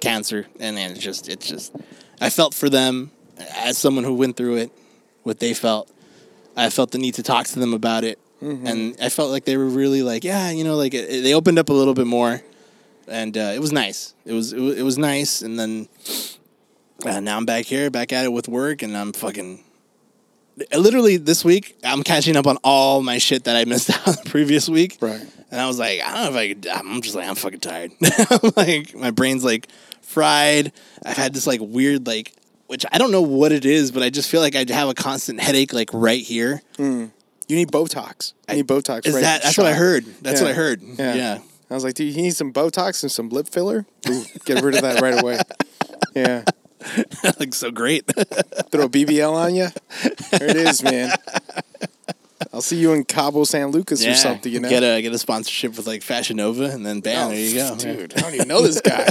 [SPEAKER 2] cancer and then it's just it's just I felt for them as someone who went through it what they felt I felt the need to talk to them about it, and I felt like they were really like, yeah, you know, like it, it- they opened up a little bit more, and uh, it was nice. It was it, wa- it was nice, and then uh, now I'm back here, back at it with work, and I'm fucking. uh, Literally this week, I'm catching up on all my shit that I missed out on the previous week.
[SPEAKER 3] Right.
[SPEAKER 2] And I was like, I don't know if I could. I'm just like, I'm fucking tired. I'm like, my brain's like fried. I've had this like weird, like, which I don't know what it is, but I just feel like I have a constant headache, like right here.
[SPEAKER 3] You need Botox. You need Botox.
[SPEAKER 2] Is
[SPEAKER 3] right
[SPEAKER 2] that? That's what I
[SPEAKER 3] shot.
[SPEAKER 2] heard. That's what I
[SPEAKER 3] Yeah.
[SPEAKER 2] heard. Yeah.
[SPEAKER 3] Yeah. I was like, dude, he needs some Botox and some lip filler. Ooh, get rid of that right away. Yeah.
[SPEAKER 2] that looks so great.
[SPEAKER 3] Throw a BBL on you. There it is, man. I'll see you in Cabo San Lucas or something, you know?
[SPEAKER 2] Get a get a sponsorship with like Fashion Nova, and then bam,
[SPEAKER 3] Oh,
[SPEAKER 2] there you go. Yeah.
[SPEAKER 3] Dude, I don't even know this guy.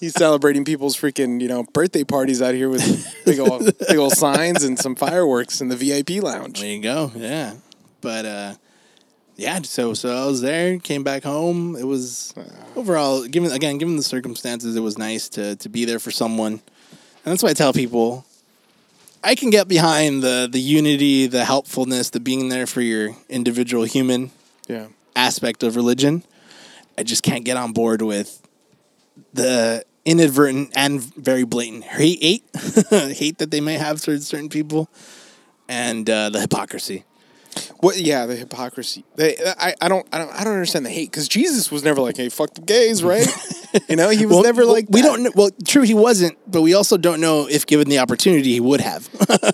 [SPEAKER 3] He's celebrating people's freaking, you know, birthday parties out here with big old, big old signs and some fireworks in the VIP lounge.
[SPEAKER 2] There you go. Yeah. But uh, yeah. So so I was there. Came back home. It was
[SPEAKER 3] Uh.
[SPEAKER 2] overall given again given the circumstances, it was nice to to be there for someone, and that's why I tell people. I can get behind the the unity, the helpfulness, the being there for your individual human.
[SPEAKER 3] Yeah.
[SPEAKER 2] aspect of religion. I just can't get on board with the inadvertent and very blatant hate, hate, hate that they may have towards certain people, and uh, the hypocrisy.
[SPEAKER 3] What? Yeah, the hypocrisy. They, I, I don't, I don't, I don't understand the hate because Jesus was never like, "Hey, fuck the gays," right? you know, he was never like.
[SPEAKER 2] we
[SPEAKER 3] that.
[SPEAKER 2] don't. Know, well, true, he wasn't, but we also don't know if given the opportunity, he would have.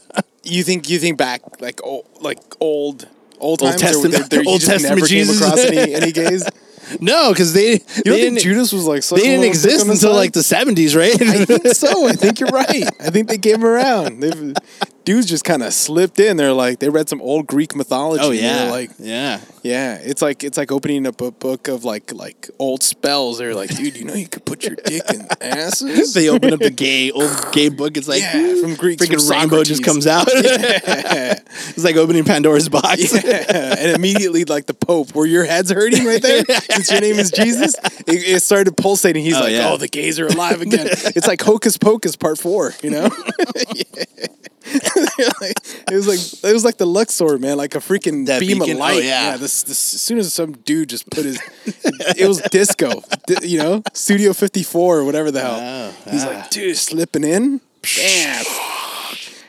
[SPEAKER 3] You think you think back like oh, like old old
[SPEAKER 2] Old
[SPEAKER 3] times
[SPEAKER 2] Testament-
[SPEAKER 3] or there, there,
[SPEAKER 2] Old
[SPEAKER 3] you just
[SPEAKER 2] Testament
[SPEAKER 3] never
[SPEAKER 2] Jesus.
[SPEAKER 3] came across any, any gays.
[SPEAKER 2] no, because they
[SPEAKER 3] You
[SPEAKER 2] they
[SPEAKER 3] don't think
[SPEAKER 2] didn't, e-
[SPEAKER 3] Judas was like
[SPEAKER 2] they didn't exist until like the seventies, right?
[SPEAKER 3] I think so. I think you're right. I think they came around. They've, dudes just kind of slipped in. They're like they read some old Greek mythology.
[SPEAKER 2] oh
[SPEAKER 3] and they're
[SPEAKER 2] yeah,
[SPEAKER 3] like
[SPEAKER 2] yeah.
[SPEAKER 3] Yeah, it's like it's like opening up a book of like like old spells. They're like, dude, you know you could put your dick in asses.
[SPEAKER 2] They open up the gay old gay book. It's like
[SPEAKER 3] Yeah, from Greeks,
[SPEAKER 2] freaking
[SPEAKER 3] from
[SPEAKER 2] rainbow just
[SPEAKER 3] Socrates.
[SPEAKER 2] comes out. It's like opening Pandora's box.
[SPEAKER 3] and immediately like the Pope, where your head's hurting right there, since your name is Jesus, it, it started pulsating. He's
[SPEAKER 2] Oh,
[SPEAKER 3] like,
[SPEAKER 2] yeah.
[SPEAKER 3] oh, the gays are alive again. it's like Hocus Pocus Part Four, you know. it was like it was like the Luxor man, like a freaking
[SPEAKER 2] That
[SPEAKER 3] beam
[SPEAKER 2] beacon?
[SPEAKER 3] of
[SPEAKER 2] Oh,
[SPEAKER 3] light.
[SPEAKER 2] yeah.
[SPEAKER 3] this, this, as soon as some dude just put his, it was disco, di- you know, Studio Fifty Four or whatever the hell.
[SPEAKER 2] Oh,
[SPEAKER 3] He's like, dude, slipping in, bam.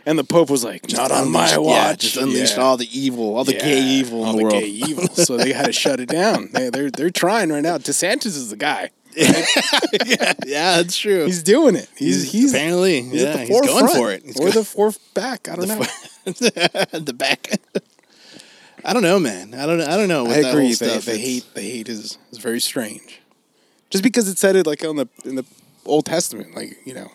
[SPEAKER 3] And the Pope was like, "Not on my
[SPEAKER 2] Yeah,
[SPEAKER 3] watch."
[SPEAKER 2] just unleashed
[SPEAKER 3] Yeah.
[SPEAKER 2] all the evil, all the
[SPEAKER 3] Yeah,
[SPEAKER 2] gay evil
[SPEAKER 3] all
[SPEAKER 2] in the, world.
[SPEAKER 3] gay evil. So they had to shut it down. They, they're they're trying right now. DeSantis is the guy.
[SPEAKER 2] yeah, that's true.
[SPEAKER 3] He's doing it. He's he's,
[SPEAKER 2] apparently
[SPEAKER 3] he's
[SPEAKER 2] yeah,
[SPEAKER 3] at the
[SPEAKER 2] he's
[SPEAKER 3] forefront
[SPEAKER 2] going for it. He's
[SPEAKER 3] or the fourth back. I don't know.
[SPEAKER 2] going the back. I don't know, man. I don't. I don't know. With
[SPEAKER 3] I
[SPEAKER 2] that
[SPEAKER 3] agree.
[SPEAKER 2] Whole
[SPEAKER 3] The,
[SPEAKER 2] stuff.
[SPEAKER 3] the
[SPEAKER 2] It's-
[SPEAKER 3] hate the hate is is very strange. Just because it said it like on the in the Old Testament, like you know,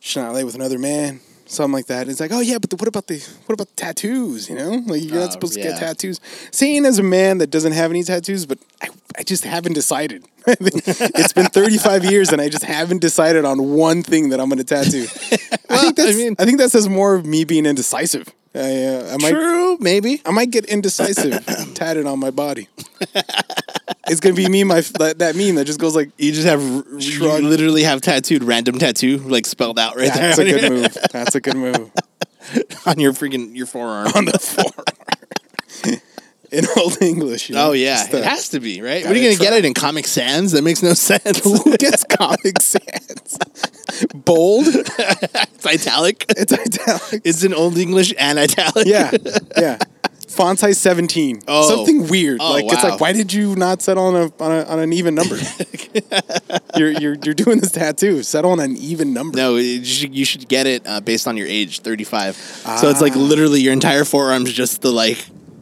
[SPEAKER 3] should not lay with another man, something like that. It's like, oh yeah, but the, what about the what about tattoos? You know, like you're
[SPEAKER 2] Oh,
[SPEAKER 3] not supposed to
[SPEAKER 2] yeah.
[SPEAKER 3] get tattoos. Saying as a man that doesn't have any tattoos, but I, I just haven't decided. it's been 35 years and I just haven't decided on one thing that I'm going to tattoo. I think that's, I, mean, I think that says more of me being indecisive. I, uh, I might,
[SPEAKER 2] True, maybe.
[SPEAKER 3] I might get indecisive tatted on my body. it's gonna be me, my that, that meme that just goes like
[SPEAKER 2] You just have you
[SPEAKER 3] Shrug.
[SPEAKER 2] literally have tattooed random tattoo like spelled out right
[SPEAKER 3] that's
[SPEAKER 2] there
[SPEAKER 3] a
[SPEAKER 2] on,
[SPEAKER 3] good
[SPEAKER 2] your,
[SPEAKER 3] move. That's a good move.
[SPEAKER 2] on your freaking your forearm.
[SPEAKER 3] On the floor. In old English. you know,
[SPEAKER 2] Oh yeah,
[SPEAKER 3] just
[SPEAKER 2] it
[SPEAKER 3] the-
[SPEAKER 2] has to be right. What are you
[SPEAKER 3] Gotta
[SPEAKER 2] gonna get it in Comic Sans? That makes no sense.
[SPEAKER 3] Who gets Comic Sans? Bold.
[SPEAKER 2] it's italic.
[SPEAKER 3] It's italic.
[SPEAKER 2] It's in Old English and italic.
[SPEAKER 3] Yeah, yeah. Font size seventeen.
[SPEAKER 2] Oh.
[SPEAKER 3] Something weird.
[SPEAKER 2] Oh,
[SPEAKER 3] like it's
[SPEAKER 2] wow.
[SPEAKER 3] like, why did you not settle on a on, a, on an even number? you're you're you're doing this tattoo. Settle on an even number.
[SPEAKER 2] No, you should, you should get it uh, based on your age, thirty-five. So it's like
[SPEAKER 3] Ah.
[SPEAKER 2] literally your entire forearm's just the like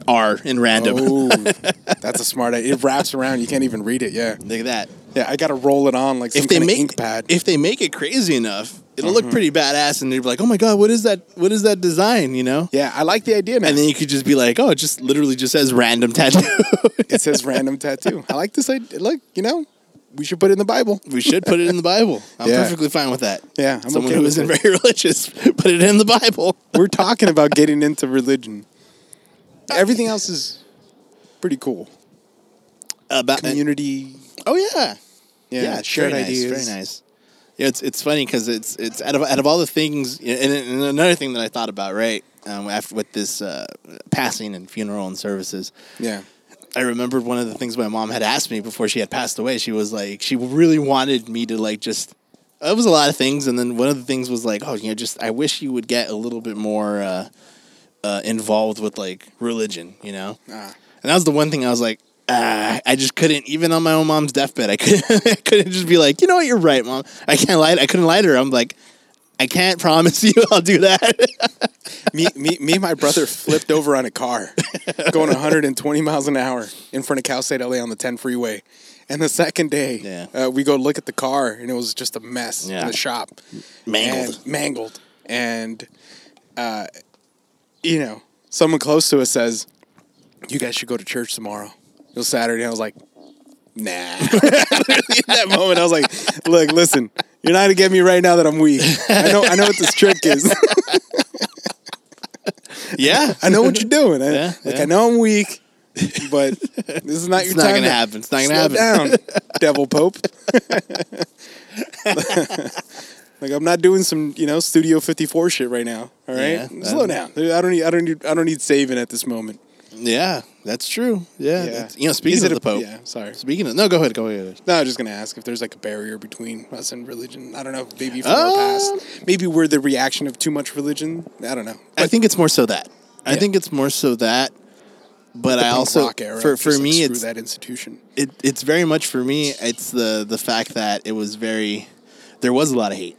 [SPEAKER 2] R in random.
[SPEAKER 3] Oh, that's a smart. idea. It wraps around. You can't even read it. Yeah,
[SPEAKER 2] Look at that.
[SPEAKER 3] yeah. I got to roll it on like some
[SPEAKER 2] If they
[SPEAKER 3] kind
[SPEAKER 2] make
[SPEAKER 3] of ink pad. Mm-hmm.
[SPEAKER 2] if they make it crazy enough, it'll look pretty badass, and you're like, oh my god, what is that? What is that design? You know.
[SPEAKER 3] yeah, I like the idea. Now.
[SPEAKER 2] And then you could just be like, oh, it just literally just says random tattoo.
[SPEAKER 3] it says random tattoo. I like this idea. Like you know, we should put it in the Bible.
[SPEAKER 2] we should put it in the Bible. I'm
[SPEAKER 3] Yeah.
[SPEAKER 2] perfectly fine with that.
[SPEAKER 3] Yeah, I'm
[SPEAKER 2] someone
[SPEAKER 3] okay
[SPEAKER 2] who
[SPEAKER 3] with
[SPEAKER 2] isn't very religious, put it in the Bible.
[SPEAKER 3] We're talking about getting into religion. Everything else is pretty cool.
[SPEAKER 2] About
[SPEAKER 3] Community.
[SPEAKER 2] oh yeah,
[SPEAKER 3] Yeah,
[SPEAKER 2] yeah, it's
[SPEAKER 3] shared
[SPEAKER 2] very nice,
[SPEAKER 3] ideas.
[SPEAKER 2] very nice. Yeah, it's it's funny because it's it's out of out of all the things, and, and another thing that I thought about right um, after with this uh, passing and funeral and services.
[SPEAKER 3] Yeah.
[SPEAKER 2] I remembered one of the things my mom had asked me before she had passed away. She was like, she really wanted me to like just. It was a lot of things, and then one of the things was like, oh, you know, just I wish you would get a little bit more uh, uh, involved with like religion, you know.
[SPEAKER 3] Ah.
[SPEAKER 2] And that was the one thing I was like, ah, I just couldn't. Even on my own mom's deathbed, I couldn't. I couldn't just be like, you know what, you're right, mom. I can't lie. I couldn't lie to her. I'm like, I can't promise you I'll do that.
[SPEAKER 3] me, me, me and my brother flipped over on a car going 120 miles an hour in front of Cal State LA on the 10 freeway. And the second day,
[SPEAKER 2] Yeah.
[SPEAKER 3] uh, we go look at the car and it was just a mess
[SPEAKER 2] Yeah.
[SPEAKER 3] in the shop.
[SPEAKER 2] Mangled.
[SPEAKER 3] And, mangled. And, uh, you know, someone close to us says, You guys should go to church tomorrow. It was Saturday. I was like, Nah. in that moment, I was like, Look, listen, you're not going to get me right now that I'm weak. I know, I know what this trick is.
[SPEAKER 2] yeah,
[SPEAKER 3] I know what you're doing. I,
[SPEAKER 2] Yeah,
[SPEAKER 3] like
[SPEAKER 2] yeah.
[SPEAKER 3] I know I'm weak, but this is not your
[SPEAKER 2] it's not
[SPEAKER 3] time.
[SPEAKER 2] gonna
[SPEAKER 3] to
[SPEAKER 2] happen. It's not gonna
[SPEAKER 3] Slow
[SPEAKER 2] happen.
[SPEAKER 3] down, Devil Pope. like I'm not doing some you know Studio 54 shit right now. All
[SPEAKER 2] Yeah,
[SPEAKER 3] right, slow down. I don't need. I don't need. I don't need saving at this moment.
[SPEAKER 2] Yeah, that's true. Yeah,
[SPEAKER 3] Yeah.
[SPEAKER 2] that's- you know, speaking
[SPEAKER 3] Is
[SPEAKER 2] of
[SPEAKER 3] it
[SPEAKER 2] the
[SPEAKER 3] a-
[SPEAKER 2] Pope.
[SPEAKER 3] yeah, sorry.
[SPEAKER 2] Speaking of no, go ahead, go ahead.
[SPEAKER 3] No, I was just gonna ask if there's like a barrier between us and religion. I don't know. Maybe from
[SPEAKER 2] Um,
[SPEAKER 3] our past. Maybe we're the reaction of too much religion. I don't know.
[SPEAKER 2] I think it's more so that. I think it's more so that. But I
[SPEAKER 3] Punk
[SPEAKER 2] also
[SPEAKER 3] rock era,
[SPEAKER 2] for for
[SPEAKER 3] just, like,
[SPEAKER 2] me
[SPEAKER 3] screw
[SPEAKER 2] it's
[SPEAKER 3] that institution.
[SPEAKER 2] it, it's very much for me it's the the fact that it was very there was a lot of hate.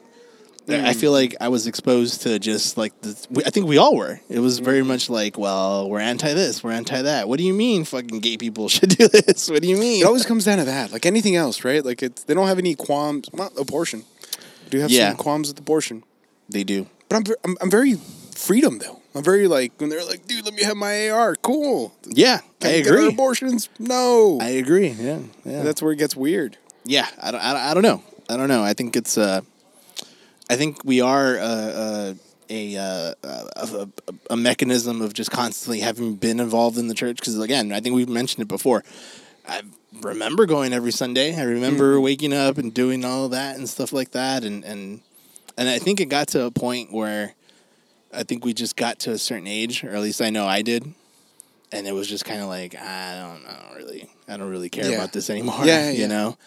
[SPEAKER 2] There- I feel like I was exposed to just like the, we- I think we all were. It was very much like, well, we're anti this, we're anti that. What do you mean, fucking gay people should do this? What do you mean?
[SPEAKER 3] It always comes down to that, like anything else, right? Like it's they don't have any qualms. Well, abortion. I do have
[SPEAKER 2] Yeah.
[SPEAKER 3] some qualms with abortion,
[SPEAKER 2] They do.
[SPEAKER 3] but I'm, ver- I'm I'm very freedom though. I'm very like when they're like, dude, let me have my AR. Cool.
[SPEAKER 2] Yeah, I
[SPEAKER 3] Can we get our
[SPEAKER 2] agree.
[SPEAKER 3] Abortions? No.
[SPEAKER 2] I agree. Yeah, yeah.
[SPEAKER 3] That's where it gets weird.
[SPEAKER 2] yeah I don't, I don't, I don't know i don't know i think it's uh i think we are uh, uh, a uh, a, a, a mechanism of just constantly having been involved in the church because again i think we've mentioned it before i remember going every sunday i remember
[SPEAKER 3] Mm-hmm.
[SPEAKER 2] waking up and doing all of that and stuff like that and and and i think it got to a point where i think we just got to a certain age or at least i know i did and it was just kind of like i don't know really i don't really care
[SPEAKER 3] Yeah.
[SPEAKER 2] about this anymore
[SPEAKER 3] Yeah, yeah,
[SPEAKER 2] you
[SPEAKER 3] yeah.
[SPEAKER 2] know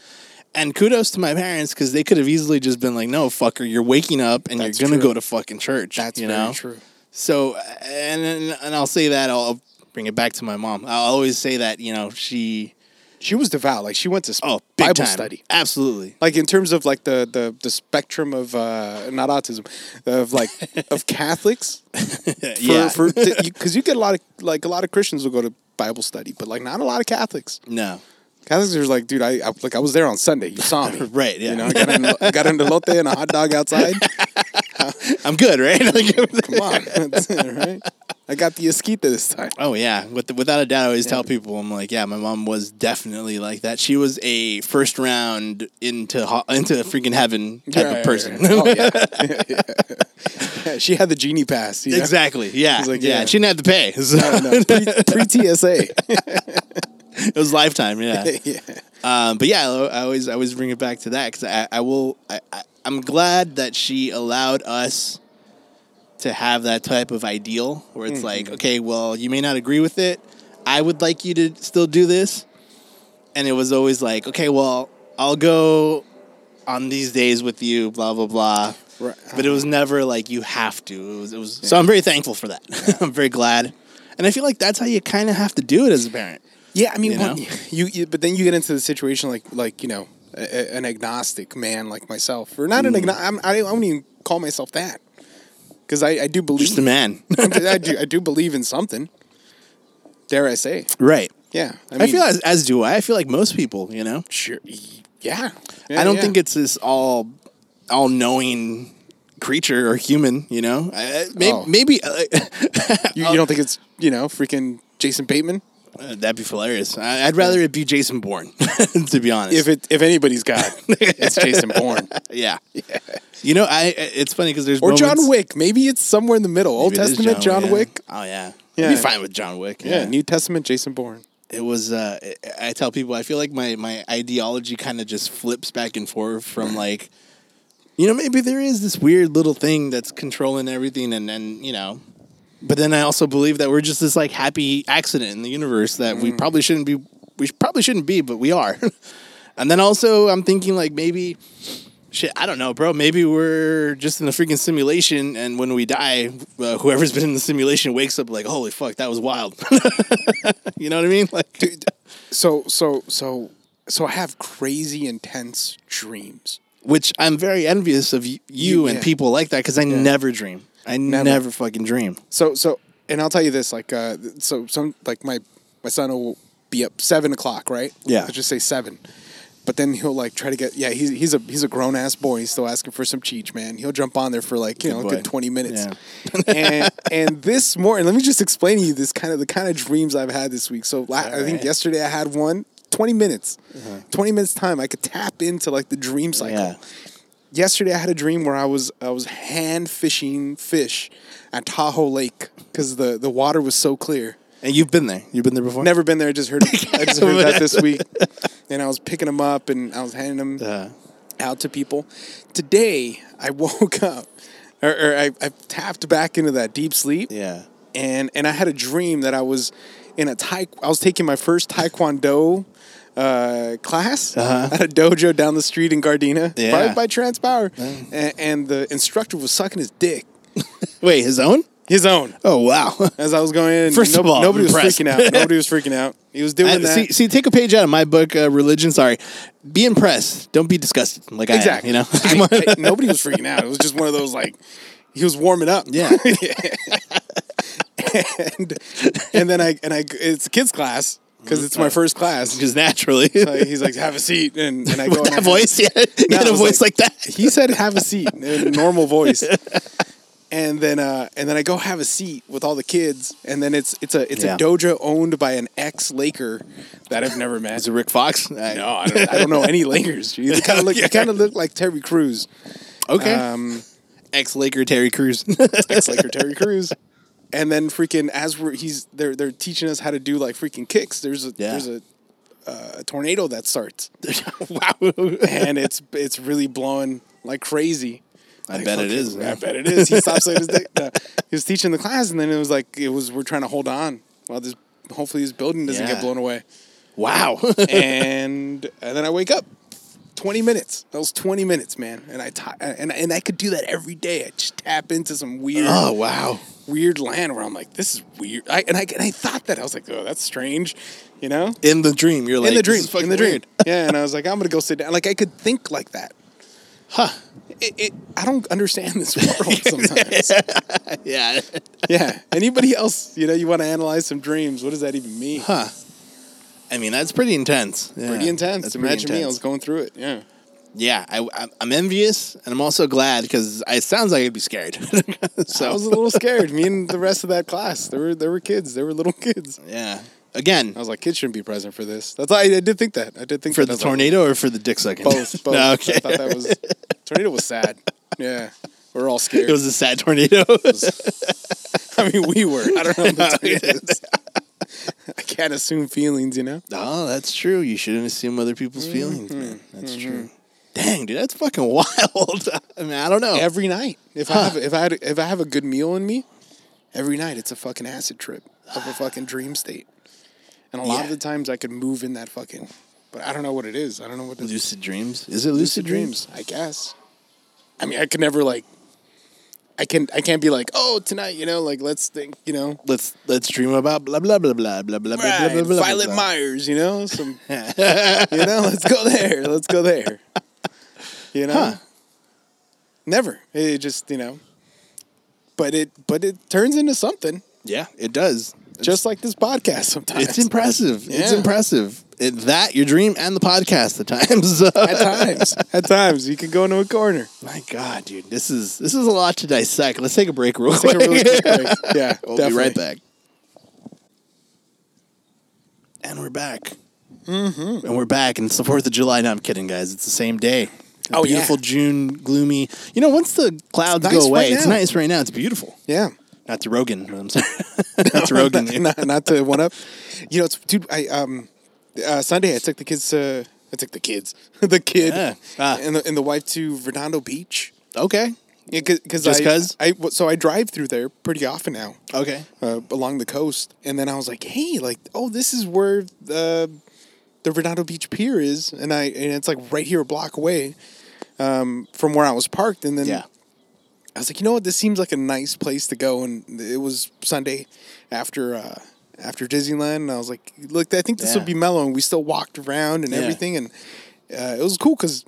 [SPEAKER 2] and kudos to my parents because they could have easily just been like, "No, fucker, you're waking up and
[SPEAKER 3] That's
[SPEAKER 2] you're gonna
[SPEAKER 3] true.
[SPEAKER 2] go to fucking church."
[SPEAKER 3] That's
[SPEAKER 2] you
[SPEAKER 3] very
[SPEAKER 2] know.
[SPEAKER 3] true.
[SPEAKER 2] So, and and- and I'll say that I'll bring it back to my mom. I always say that you know she
[SPEAKER 3] She was devout. Like she went to sp-
[SPEAKER 2] oh big
[SPEAKER 3] Bible
[SPEAKER 2] time.
[SPEAKER 3] study.
[SPEAKER 2] absolutely
[SPEAKER 3] Like in terms of like the the, the spectrum of uh, not autism, of like of Catholics, for,
[SPEAKER 2] Uh, yeah
[SPEAKER 3] for because you get a lot of like a lot of Christians will go to Bible study, but like not a lot of Catholics.
[SPEAKER 2] no
[SPEAKER 3] Catholics are like, dude, I, I like I was there on Sunday. You saw me,
[SPEAKER 2] Right, yeah.
[SPEAKER 3] You know, I got an, I got an elote and a hot dog outside.
[SPEAKER 2] I'm good right Like,
[SPEAKER 3] Come on, right? I got the Esquita this time.
[SPEAKER 2] Oh yeah, With, without a doubt, I always tell people I'm like, yeah, my mom was definitely like that. She was a first round into ho- into freaking heaven type
[SPEAKER 3] Right,
[SPEAKER 2] of
[SPEAKER 3] right,
[SPEAKER 2] person.
[SPEAKER 3] right. Oh, yeah. yeah. She had the genie pass. you know?
[SPEAKER 2] Exactly. Yeah.
[SPEAKER 3] She's like,
[SPEAKER 2] yeah.
[SPEAKER 3] yeah.
[SPEAKER 2] She didn't have to pay. So
[SPEAKER 3] No, pre TSA.
[SPEAKER 2] it was lifetime. Yeah.
[SPEAKER 3] yeah.
[SPEAKER 2] Um, but yeah, I I always I always bring it back to that because I, I will I, I I'm glad that she allowed us to have that type of ideal where it's like, okay, well, you may not agree with it. I would like you to still do this, and it was always like, okay, well, I'll go on these days with you, blah blah blah.
[SPEAKER 3] Right.
[SPEAKER 2] But it was never like you have to. It was. It was So I'm very thankful for that. I'm very glad, and I feel like that's how you kind of have to do it as a parent.
[SPEAKER 3] Yeah, I mean,
[SPEAKER 2] You
[SPEAKER 3] you,
[SPEAKER 2] know?
[SPEAKER 3] you, you but then you get into the situation like like you know a, a- an agnostic man like myself, or not an
[SPEAKER 2] Hmm.
[SPEAKER 3] agnostic. I'm, I, don't- I wouldn't even call myself that because I, I do believe
[SPEAKER 2] Just a man,
[SPEAKER 3] I do I do believe in something. Dare I say?
[SPEAKER 2] right?
[SPEAKER 3] Yeah,
[SPEAKER 2] I, feel as, as do I. I feel like most people, you know.
[SPEAKER 3] sure. Yeah,
[SPEAKER 2] I don't think it's this all all knowing creature or human, you know. I, maybe
[SPEAKER 3] Oh.
[SPEAKER 2] maybe uh,
[SPEAKER 3] you, you don't think it's you know freaking Jason Bateman.
[SPEAKER 2] that'd be hilarious. I, I'd rather it be Jason Bourne, to be honest.
[SPEAKER 3] If it if anybody's got, it's Jason Bourne
[SPEAKER 2] yeah. you know, I it's funny because there's
[SPEAKER 3] or John
[SPEAKER 2] moments-
[SPEAKER 3] Wick. Maybe it's somewhere in the middle. Old
[SPEAKER 2] Maybe it is
[SPEAKER 3] Testament John,
[SPEAKER 2] yeah.
[SPEAKER 3] Wick.
[SPEAKER 2] Oh yeah,
[SPEAKER 3] Yeah.
[SPEAKER 2] I'd be fine with John Wick.
[SPEAKER 3] Yeah. New Testament Jason Bourne.
[SPEAKER 2] it was uh, I I tell people I feel like my my ideology kind of just flips back and forth from like you know maybe there is this weird little thing that's controlling everything and and you know but then I also believe that we're just this like happy accident in the universe that we probably shouldn't be we sh- probably shouldn't be but we are and then also I'm thinking like maybe shit I don't know bro maybe we're just in a freaking simulation and when we die uh, whoever's been in the simulation wakes up like holy fuck that was wild you know what I mean like
[SPEAKER 3] So so so so I have crazy intense dreams.
[SPEAKER 2] which I'm very envious of y- you and
[SPEAKER 3] yeah.
[SPEAKER 2] people like that because I never dream. I never.
[SPEAKER 3] Never.
[SPEAKER 2] fucking dream.
[SPEAKER 3] So so and I'll tell you this like uh th- so some like my my son will be up seven o'clock right
[SPEAKER 2] Yeah.
[SPEAKER 3] let's just say seven. But then he'll like try to get yeah he's he's a he's a grown ass boy he's still asking for some cheech man he'll jump on there for like you know a
[SPEAKER 2] boy.
[SPEAKER 3] good twenty minutes and and this morning let me just explain to you this kind of the kind of dreams I've had this week so la- I think
[SPEAKER 2] right.
[SPEAKER 3] yesterday I had one 20 minutes 20 minutes time I could tap into like the dream cycle
[SPEAKER 2] Uh-huh. Yeah.
[SPEAKER 3] yesterday I had a dream where I was I was hand fishing fish at Tahoe Lake because the, the water was so clear.
[SPEAKER 2] And you've been there. You've been there before.
[SPEAKER 3] Never been there. I just heard I just heard that this week, and I was picking them up and I was handing them
[SPEAKER 2] Uh,
[SPEAKER 3] out to people. Today I woke up, or, or I, I tapped back into that deep sleep,
[SPEAKER 2] yeah.
[SPEAKER 3] and and I had a dream that I was in a tai- I was taking my first taekwondo uh, class at a dojo down the street in Gardena,
[SPEAKER 2] Uh-huh. Yeah.
[SPEAKER 3] by, by Transpower, and, and the instructor was sucking his dick,
[SPEAKER 2] Wait, his own?
[SPEAKER 3] his own.
[SPEAKER 2] Oh wow.
[SPEAKER 3] As I was going in,
[SPEAKER 2] First of all,
[SPEAKER 3] nobody
[SPEAKER 2] impressed.
[SPEAKER 3] was freaking out. Nobody was freaking out. He was doing
[SPEAKER 2] I-
[SPEAKER 3] that.
[SPEAKER 2] see, see, take a page out of my book, uh, religion. Sorry, be impressed. Don't be disgusted. Like
[SPEAKER 3] exactly.
[SPEAKER 2] I, am, you know.
[SPEAKER 3] I- I- nobody was freaking out. It was just one of those like he was warming up.
[SPEAKER 2] yeah.
[SPEAKER 3] and and then I and I it's a kids class because it's my first class.
[SPEAKER 2] Uh-huh. Just naturally.
[SPEAKER 3] Like, he's like, have a seat, and, and I go. and
[SPEAKER 2] With
[SPEAKER 3] I-
[SPEAKER 2] that voice, yeah. You
[SPEAKER 3] No,
[SPEAKER 2] had
[SPEAKER 3] it
[SPEAKER 2] a
[SPEAKER 3] was
[SPEAKER 2] voice like, that.
[SPEAKER 3] he said have a seat in a normal voice and then uh and then i go have a seat with all the kids and then it's it's a it's
[SPEAKER 2] Yeah.
[SPEAKER 3] a dojo owned by an ex laker that i've never met
[SPEAKER 2] Is it Rick Fox?
[SPEAKER 3] no i don't, I don't know any lakers you kind of look you kind of look like terry cruz
[SPEAKER 2] Okay.
[SPEAKER 3] um
[SPEAKER 2] Ex Laker Terry Crews.
[SPEAKER 3] ex laker terry cruz and then freaking as we're he's they're they're teaching us how to do like freaking kicks there's a
[SPEAKER 2] Yeah.
[SPEAKER 3] there's a uh, a tornado that starts
[SPEAKER 2] wow.
[SPEAKER 3] and it's it's really blowing like crazy.
[SPEAKER 2] I
[SPEAKER 3] Like,
[SPEAKER 2] bet it
[SPEAKER 3] fucking-
[SPEAKER 2] is, man.
[SPEAKER 3] I bet it is. He stops saying his dick. No. He was teaching the class, and then it was like it was we're trying to hold on while this hopefully this building doesn't
[SPEAKER 2] Yeah.
[SPEAKER 3] get blown away.
[SPEAKER 2] Wow.
[SPEAKER 3] And and then I wake up. Twenty minutes. That was twenty minutes, man. And I ta- and and I could do that every day. I just tap into some weird
[SPEAKER 2] oh wow.
[SPEAKER 3] weird land where I'm like, this is weird. I and I and I thought that I was like, oh, that's strange, you know.
[SPEAKER 2] In the dream, you're like
[SPEAKER 3] in the
[SPEAKER 2] this
[SPEAKER 3] dream,
[SPEAKER 2] is fucking
[SPEAKER 3] in the dream.
[SPEAKER 2] weird.
[SPEAKER 3] yeah, and I was like, I'm gonna go sit down. Like I could think like that.
[SPEAKER 2] Huh.
[SPEAKER 3] It, it, I don't understand this world sometimes.
[SPEAKER 2] Yeah.
[SPEAKER 3] yeah. Anybody else? You know, you want to analyze some dreams? What does that even mean?
[SPEAKER 2] Huh. I mean, that's pretty intense. Yeah.
[SPEAKER 3] Pretty intense.
[SPEAKER 2] That's pretty
[SPEAKER 3] Imagine me. I
[SPEAKER 2] intense.
[SPEAKER 3] was going through it. Yeah.
[SPEAKER 2] yeah, I, I- I'm envious and I'm also glad because it sounds like I'd be scared. so
[SPEAKER 3] I was a little scared. Me and the rest of that class, there were there were kids, there were little kids.
[SPEAKER 2] yeah, again
[SPEAKER 3] I was like, kids shouldn't be present for this. That's I, I did think that. I did think
[SPEAKER 2] for
[SPEAKER 3] that.
[SPEAKER 2] the
[SPEAKER 3] I was like,
[SPEAKER 2] tornado or for the dick sucking.
[SPEAKER 3] both. both.
[SPEAKER 2] No, okay,
[SPEAKER 3] I thought that was tornado was sad. Yeah, we're all scared.
[SPEAKER 2] it was a sad tornado.
[SPEAKER 3] I mean, we were. I don't know. What the tornadoes. I can't assume feelings, you know.
[SPEAKER 2] oh, that's true. You shouldn't assume other people's
[SPEAKER 3] Mm-hmm.
[SPEAKER 2] feelings, man. That's true. Dang, dude, that's fucking wild. I mean, I don't know.
[SPEAKER 3] Every night, if I have if I had, if I have a good meal in me, every night it's a fucking acid trip of a fucking dream state, and a lot of
[SPEAKER 2] Yeah.
[SPEAKER 3] the times I could move in that fucking. But I don't know what it is. I don't know what it is.
[SPEAKER 2] lucid dreams. Is it lucid, dreams?
[SPEAKER 3] I guess. I mean, I could never like. I can I can't be like oh tonight you know like let's think you know
[SPEAKER 2] Let's let's dream about blah blah blah blah blah blah blah blah
[SPEAKER 3] Right,
[SPEAKER 2] blah blah.
[SPEAKER 3] Violet
[SPEAKER 2] blah.
[SPEAKER 3] Myers, you know, some, you know, let's go there, let's go there, you know,
[SPEAKER 2] Huh.
[SPEAKER 3] never. It just, you know, but it, but it turns into something,
[SPEAKER 2] Yeah, it does.
[SPEAKER 3] just like this podcast. Sometimes
[SPEAKER 2] It's impressive. It's
[SPEAKER 3] Yeah.
[SPEAKER 2] impressive. It, that your dream and the podcast at times.
[SPEAKER 3] at times, at times you can go into a corner.
[SPEAKER 2] My God, dude, this is this is a lot to dissect. Let's take a break real
[SPEAKER 3] Take
[SPEAKER 2] quick.
[SPEAKER 3] a really quick break. Yeah,
[SPEAKER 2] we'll
[SPEAKER 3] definitely.
[SPEAKER 2] be right back. And we're back. Mm-hmm. And we're back. And it's the Fourth of July. No, I'm kidding, guys. It's the same day. A
[SPEAKER 3] Oh, yeah.
[SPEAKER 2] beautiful June, gloomy. You know, once the clouds
[SPEAKER 3] nice
[SPEAKER 2] go away,
[SPEAKER 3] right
[SPEAKER 2] it's
[SPEAKER 3] now.
[SPEAKER 2] nice right now. It's beautiful.
[SPEAKER 3] Yeah.
[SPEAKER 2] Not to Rogan. but I'm sorry. Not to Rogan.
[SPEAKER 3] not, not to one up. You know, it's dude. I um, uh, Sunday I took the kids to. I took the kids, the kid,
[SPEAKER 2] Yeah. Ah.
[SPEAKER 3] and the and the wife to Redondo Beach.
[SPEAKER 2] Okay.
[SPEAKER 3] Yeah, because
[SPEAKER 2] Just
[SPEAKER 3] I,
[SPEAKER 2] 'cause?
[SPEAKER 3] I w- so I drive through there pretty often now,
[SPEAKER 2] Okay.
[SPEAKER 3] uh, along the coast, and then I was like, hey, like, oh, this is where the the Redondo Beach Pier is, and I and it's like right here a block away um, from where I was parked, and then
[SPEAKER 2] Yeah.
[SPEAKER 3] I was like, you know what? This seems like a nice place to go, and it was Sunday after uh, after Disneyland, and I was like, look, I think this
[SPEAKER 2] Yeah.
[SPEAKER 3] would be mellow, and we still walked around and
[SPEAKER 2] Yeah.
[SPEAKER 3] everything, and uh, it was cool because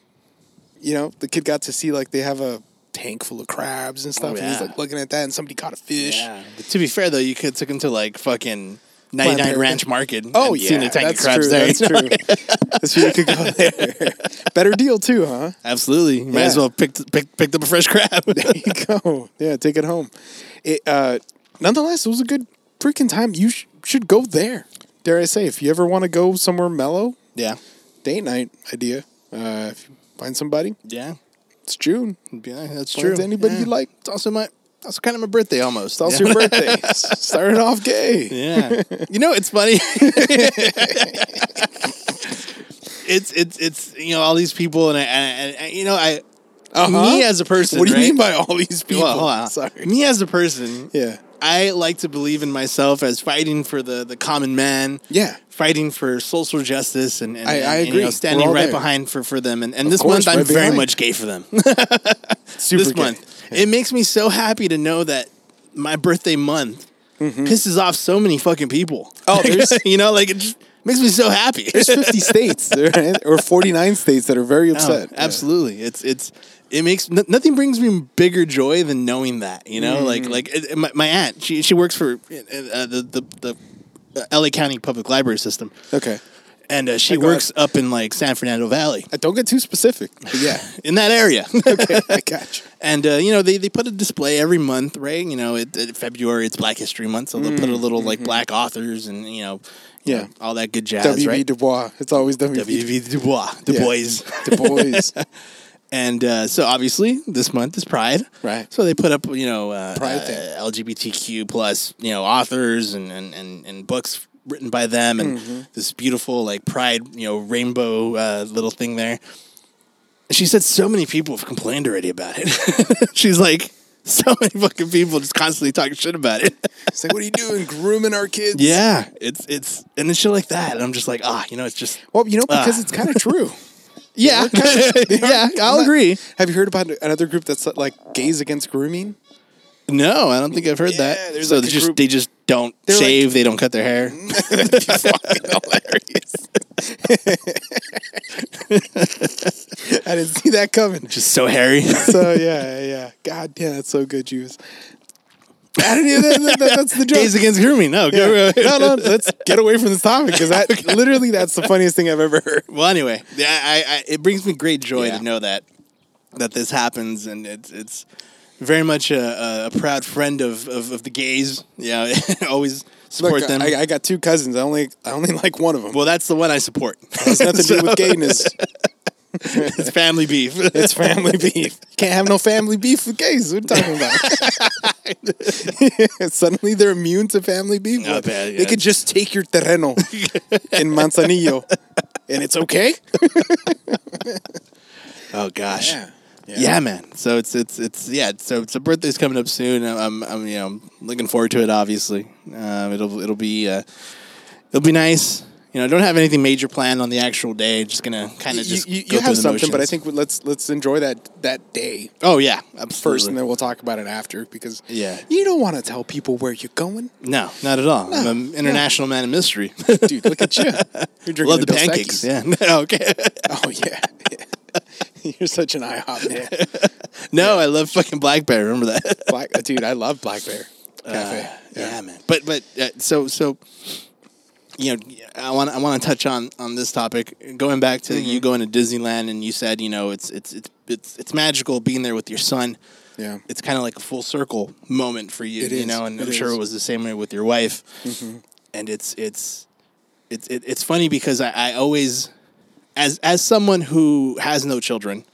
[SPEAKER 3] you know the kid got to see like they have a tank full of crabs and stuff, and he's
[SPEAKER 2] Oh, yeah.
[SPEAKER 3] like looking at that, and somebody caught a fish.
[SPEAKER 2] But to be fair though, you could took him to like fucking 99
[SPEAKER 3] Parrot.
[SPEAKER 2] Ranch Market.
[SPEAKER 3] Oh
[SPEAKER 2] and
[SPEAKER 3] yeah,
[SPEAKER 2] seen the tank
[SPEAKER 3] that's
[SPEAKER 2] of
[SPEAKER 3] true.
[SPEAKER 2] crabs there.
[SPEAKER 3] That's
[SPEAKER 2] you know?
[SPEAKER 3] true. that's true. You could go there. Better deal too, huh?
[SPEAKER 2] Absolutely. You Might
[SPEAKER 3] Yeah.
[SPEAKER 2] as well pick pick picked up a fresh crab.
[SPEAKER 3] There you go. Yeah, take it home. It, uh, nonetheless, it was a good freaking time. You sh- should go there. Dare I say, if you ever want to go somewhere mellow,
[SPEAKER 2] yeah.
[SPEAKER 3] date night idea. Uh, if you find somebody,
[SPEAKER 2] Yeah.
[SPEAKER 3] it's June.
[SPEAKER 2] Yeah, that's
[SPEAKER 3] Find
[SPEAKER 2] true.
[SPEAKER 3] anybody
[SPEAKER 2] Yeah.
[SPEAKER 3] you like.
[SPEAKER 2] It's also my also kind of my birthday almost.
[SPEAKER 3] It's also your birthday. Starting off gay.
[SPEAKER 2] Yeah. you know, it's funny. it's it's it's you know all these people and I, and I, and I you know I
[SPEAKER 3] Uh-huh.
[SPEAKER 2] me as a person.
[SPEAKER 3] what do you
[SPEAKER 2] right?
[SPEAKER 3] mean by all these people?
[SPEAKER 2] Well, hold on.
[SPEAKER 3] Sorry.
[SPEAKER 2] Me as a person,
[SPEAKER 3] Yeah.
[SPEAKER 2] I like to believe in myself as fighting for the the common man.
[SPEAKER 3] Yeah.
[SPEAKER 2] Fighting for social justice and, and,
[SPEAKER 3] I-
[SPEAKER 2] and,
[SPEAKER 3] I
[SPEAKER 2] and, you
[SPEAKER 3] agree.
[SPEAKER 2] know, standing
[SPEAKER 3] We're all
[SPEAKER 2] right
[SPEAKER 3] there.
[SPEAKER 2] behind for, for them. And, and this
[SPEAKER 3] course,
[SPEAKER 2] month, I'm
[SPEAKER 3] right
[SPEAKER 2] very
[SPEAKER 3] behind.
[SPEAKER 2] much gay for them.
[SPEAKER 3] Super
[SPEAKER 2] this
[SPEAKER 3] gay.
[SPEAKER 2] month. It makes me so happy to know that my birthday month pisses off so many fucking people.
[SPEAKER 3] Mm-hmm. Oh, there's-
[SPEAKER 2] you know, like it just makes me so happy.
[SPEAKER 3] There's 50 states right? or 49 states that are very upset.
[SPEAKER 2] Oh, absolutely. It's it's it makes no, nothing brings me bigger joy than knowing that. You know,
[SPEAKER 3] Mm-hmm.
[SPEAKER 2] like like it, it- my, my aunt, she she works for uh, the the the L.A. County Public Library System,
[SPEAKER 3] Yeah. Okay.
[SPEAKER 2] and uh, she
[SPEAKER 3] go
[SPEAKER 2] works up in like San Fernando Valley
[SPEAKER 3] Uh, Don't get too specific. But yeah.
[SPEAKER 2] in that area.
[SPEAKER 3] Okay. I got you.
[SPEAKER 2] And uh, you know they, they put a display every month, right? You know, it, it- February it's Black History Month, so they'll put a little like black authors and you know, you
[SPEAKER 3] Mm, mm-hmm. Yeah.
[SPEAKER 2] know, all that good jazz,
[SPEAKER 3] W.B.
[SPEAKER 2] right?
[SPEAKER 3] Du Bois. It's always W.B.
[SPEAKER 2] W.B. Du Bois, Du
[SPEAKER 3] Yeah.
[SPEAKER 2] Bois,
[SPEAKER 3] Du Bois.
[SPEAKER 2] and uh, so obviously this month is Pride,
[SPEAKER 3] Right.
[SPEAKER 2] So they put up you know uh,
[SPEAKER 3] Pride
[SPEAKER 2] uh,
[SPEAKER 3] thing.
[SPEAKER 2] LGBTQ plus you know authors and and, and, and books written by them, and
[SPEAKER 3] Mm-hmm.
[SPEAKER 2] this beautiful like Pride you know rainbow uh, little thing there. She said so many people have complained already about it. She's like, so many fucking people just constantly talking shit about it.
[SPEAKER 3] It's like, what are you doing, grooming our kids?
[SPEAKER 2] yeah, it's it's and then shit like that, and I'm just like, ah, you know, it's just
[SPEAKER 3] Well, you know, because
[SPEAKER 2] Ah.
[SPEAKER 3] it's kind of true.
[SPEAKER 2] yeah, yeah, I'll agree.
[SPEAKER 3] Have you heard about another group that's like gays against grooming?
[SPEAKER 2] No, I don't think I've heard
[SPEAKER 3] Yeah,
[SPEAKER 2] that.
[SPEAKER 3] there's
[SPEAKER 2] So
[SPEAKER 3] like
[SPEAKER 2] they
[SPEAKER 3] a
[SPEAKER 2] just
[SPEAKER 3] group-
[SPEAKER 2] they just don't
[SPEAKER 3] They're like-
[SPEAKER 2] shave, they don't cut their hair.
[SPEAKER 3] I didn't see that coming.
[SPEAKER 2] Just so hairy.
[SPEAKER 3] So yeah, yeah, yeah. God damn, that's so good, Juice. I don't know. That, that, that, that's the joke.
[SPEAKER 2] Gays against grooming. No,
[SPEAKER 3] Yeah.
[SPEAKER 2] go-
[SPEAKER 3] no, no. Let's get away from this topic because that literally that's the funniest thing I've ever heard.
[SPEAKER 2] Well, anyway, yeah, I, I, it brings me great joy
[SPEAKER 3] Yeah.
[SPEAKER 2] to know that that this happens, and it's it's very much a, a, a proud friend of, of, of the gays. Yeah, I always support
[SPEAKER 3] Look,
[SPEAKER 2] them.
[SPEAKER 3] I, I got two cousins. I only I only like one of them.
[SPEAKER 2] well, that's the one I support.
[SPEAKER 3] It's nothing to do
[SPEAKER 2] So,
[SPEAKER 3] with gayness.
[SPEAKER 2] It's family beef.
[SPEAKER 3] It's family beef. Can't have no family beef with gays. What are you talking about? Suddenly they're immune to family beef.
[SPEAKER 2] Not
[SPEAKER 3] What?
[SPEAKER 2] bad,
[SPEAKER 3] They
[SPEAKER 2] yeah.
[SPEAKER 3] could just take your terreno in Manzanillo and it's okay.
[SPEAKER 2] oh gosh. Yeah.
[SPEAKER 3] Yeah.
[SPEAKER 2] man. So it's it's it's yeah. So so birthday's coming up soon. I'm I'm, I'm you know I'm looking forward to it. Obviously, um, it'll it'll be uh, it'll be nice. You know, I don't have anything major planned on the actual day. Just gonna kind of
[SPEAKER 3] You,
[SPEAKER 2] just
[SPEAKER 3] you,
[SPEAKER 2] go
[SPEAKER 3] you
[SPEAKER 2] through
[SPEAKER 3] have
[SPEAKER 2] the
[SPEAKER 3] something, but I
[SPEAKER 2] motions.
[SPEAKER 3] think we- let's let's enjoy that that day
[SPEAKER 2] Oh yeah, absolutely.
[SPEAKER 3] first, and then we'll talk about it after because
[SPEAKER 2] Yeah.
[SPEAKER 3] you don't want to tell people where you're going,
[SPEAKER 2] no, not at all. I'm an international man of mystery.
[SPEAKER 3] dude. Look at you. You're drinking
[SPEAKER 2] Love
[SPEAKER 3] a
[SPEAKER 2] the
[SPEAKER 3] Dos Equis.
[SPEAKER 2] pancakes. Yeah. No, okay.
[SPEAKER 3] Oh yeah. You're such an IHOP man.
[SPEAKER 2] No, I love fucking blackberry. Remember that?
[SPEAKER 3] Black, dude, I love Black Bear Cafe.
[SPEAKER 2] Uh, yeah. man. But but uh, so so, you know, I want I want to touch on on this topic. Going back to you
[SPEAKER 3] Mm-hmm.
[SPEAKER 2] going to Disneyland, and you said you know it's it's it's it's, it's magical being there with your son.
[SPEAKER 3] Yeah.
[SPEAKER 2] it's kind of like a full circle moment for you,
[SPEAKER 3] It
[SPEAKER 2] you
[SPEAKER 3] is.
[SPEAKER 2] know, and
[SPEAKER 3] It
[SPEAKER 2] I'm sure
[SPEAKER 3] is. Mm-hmm.
[SPEAKER 2] it was the same way with your wife. And it's it's it's it, it's funny because I, I always, as as someone who has no children,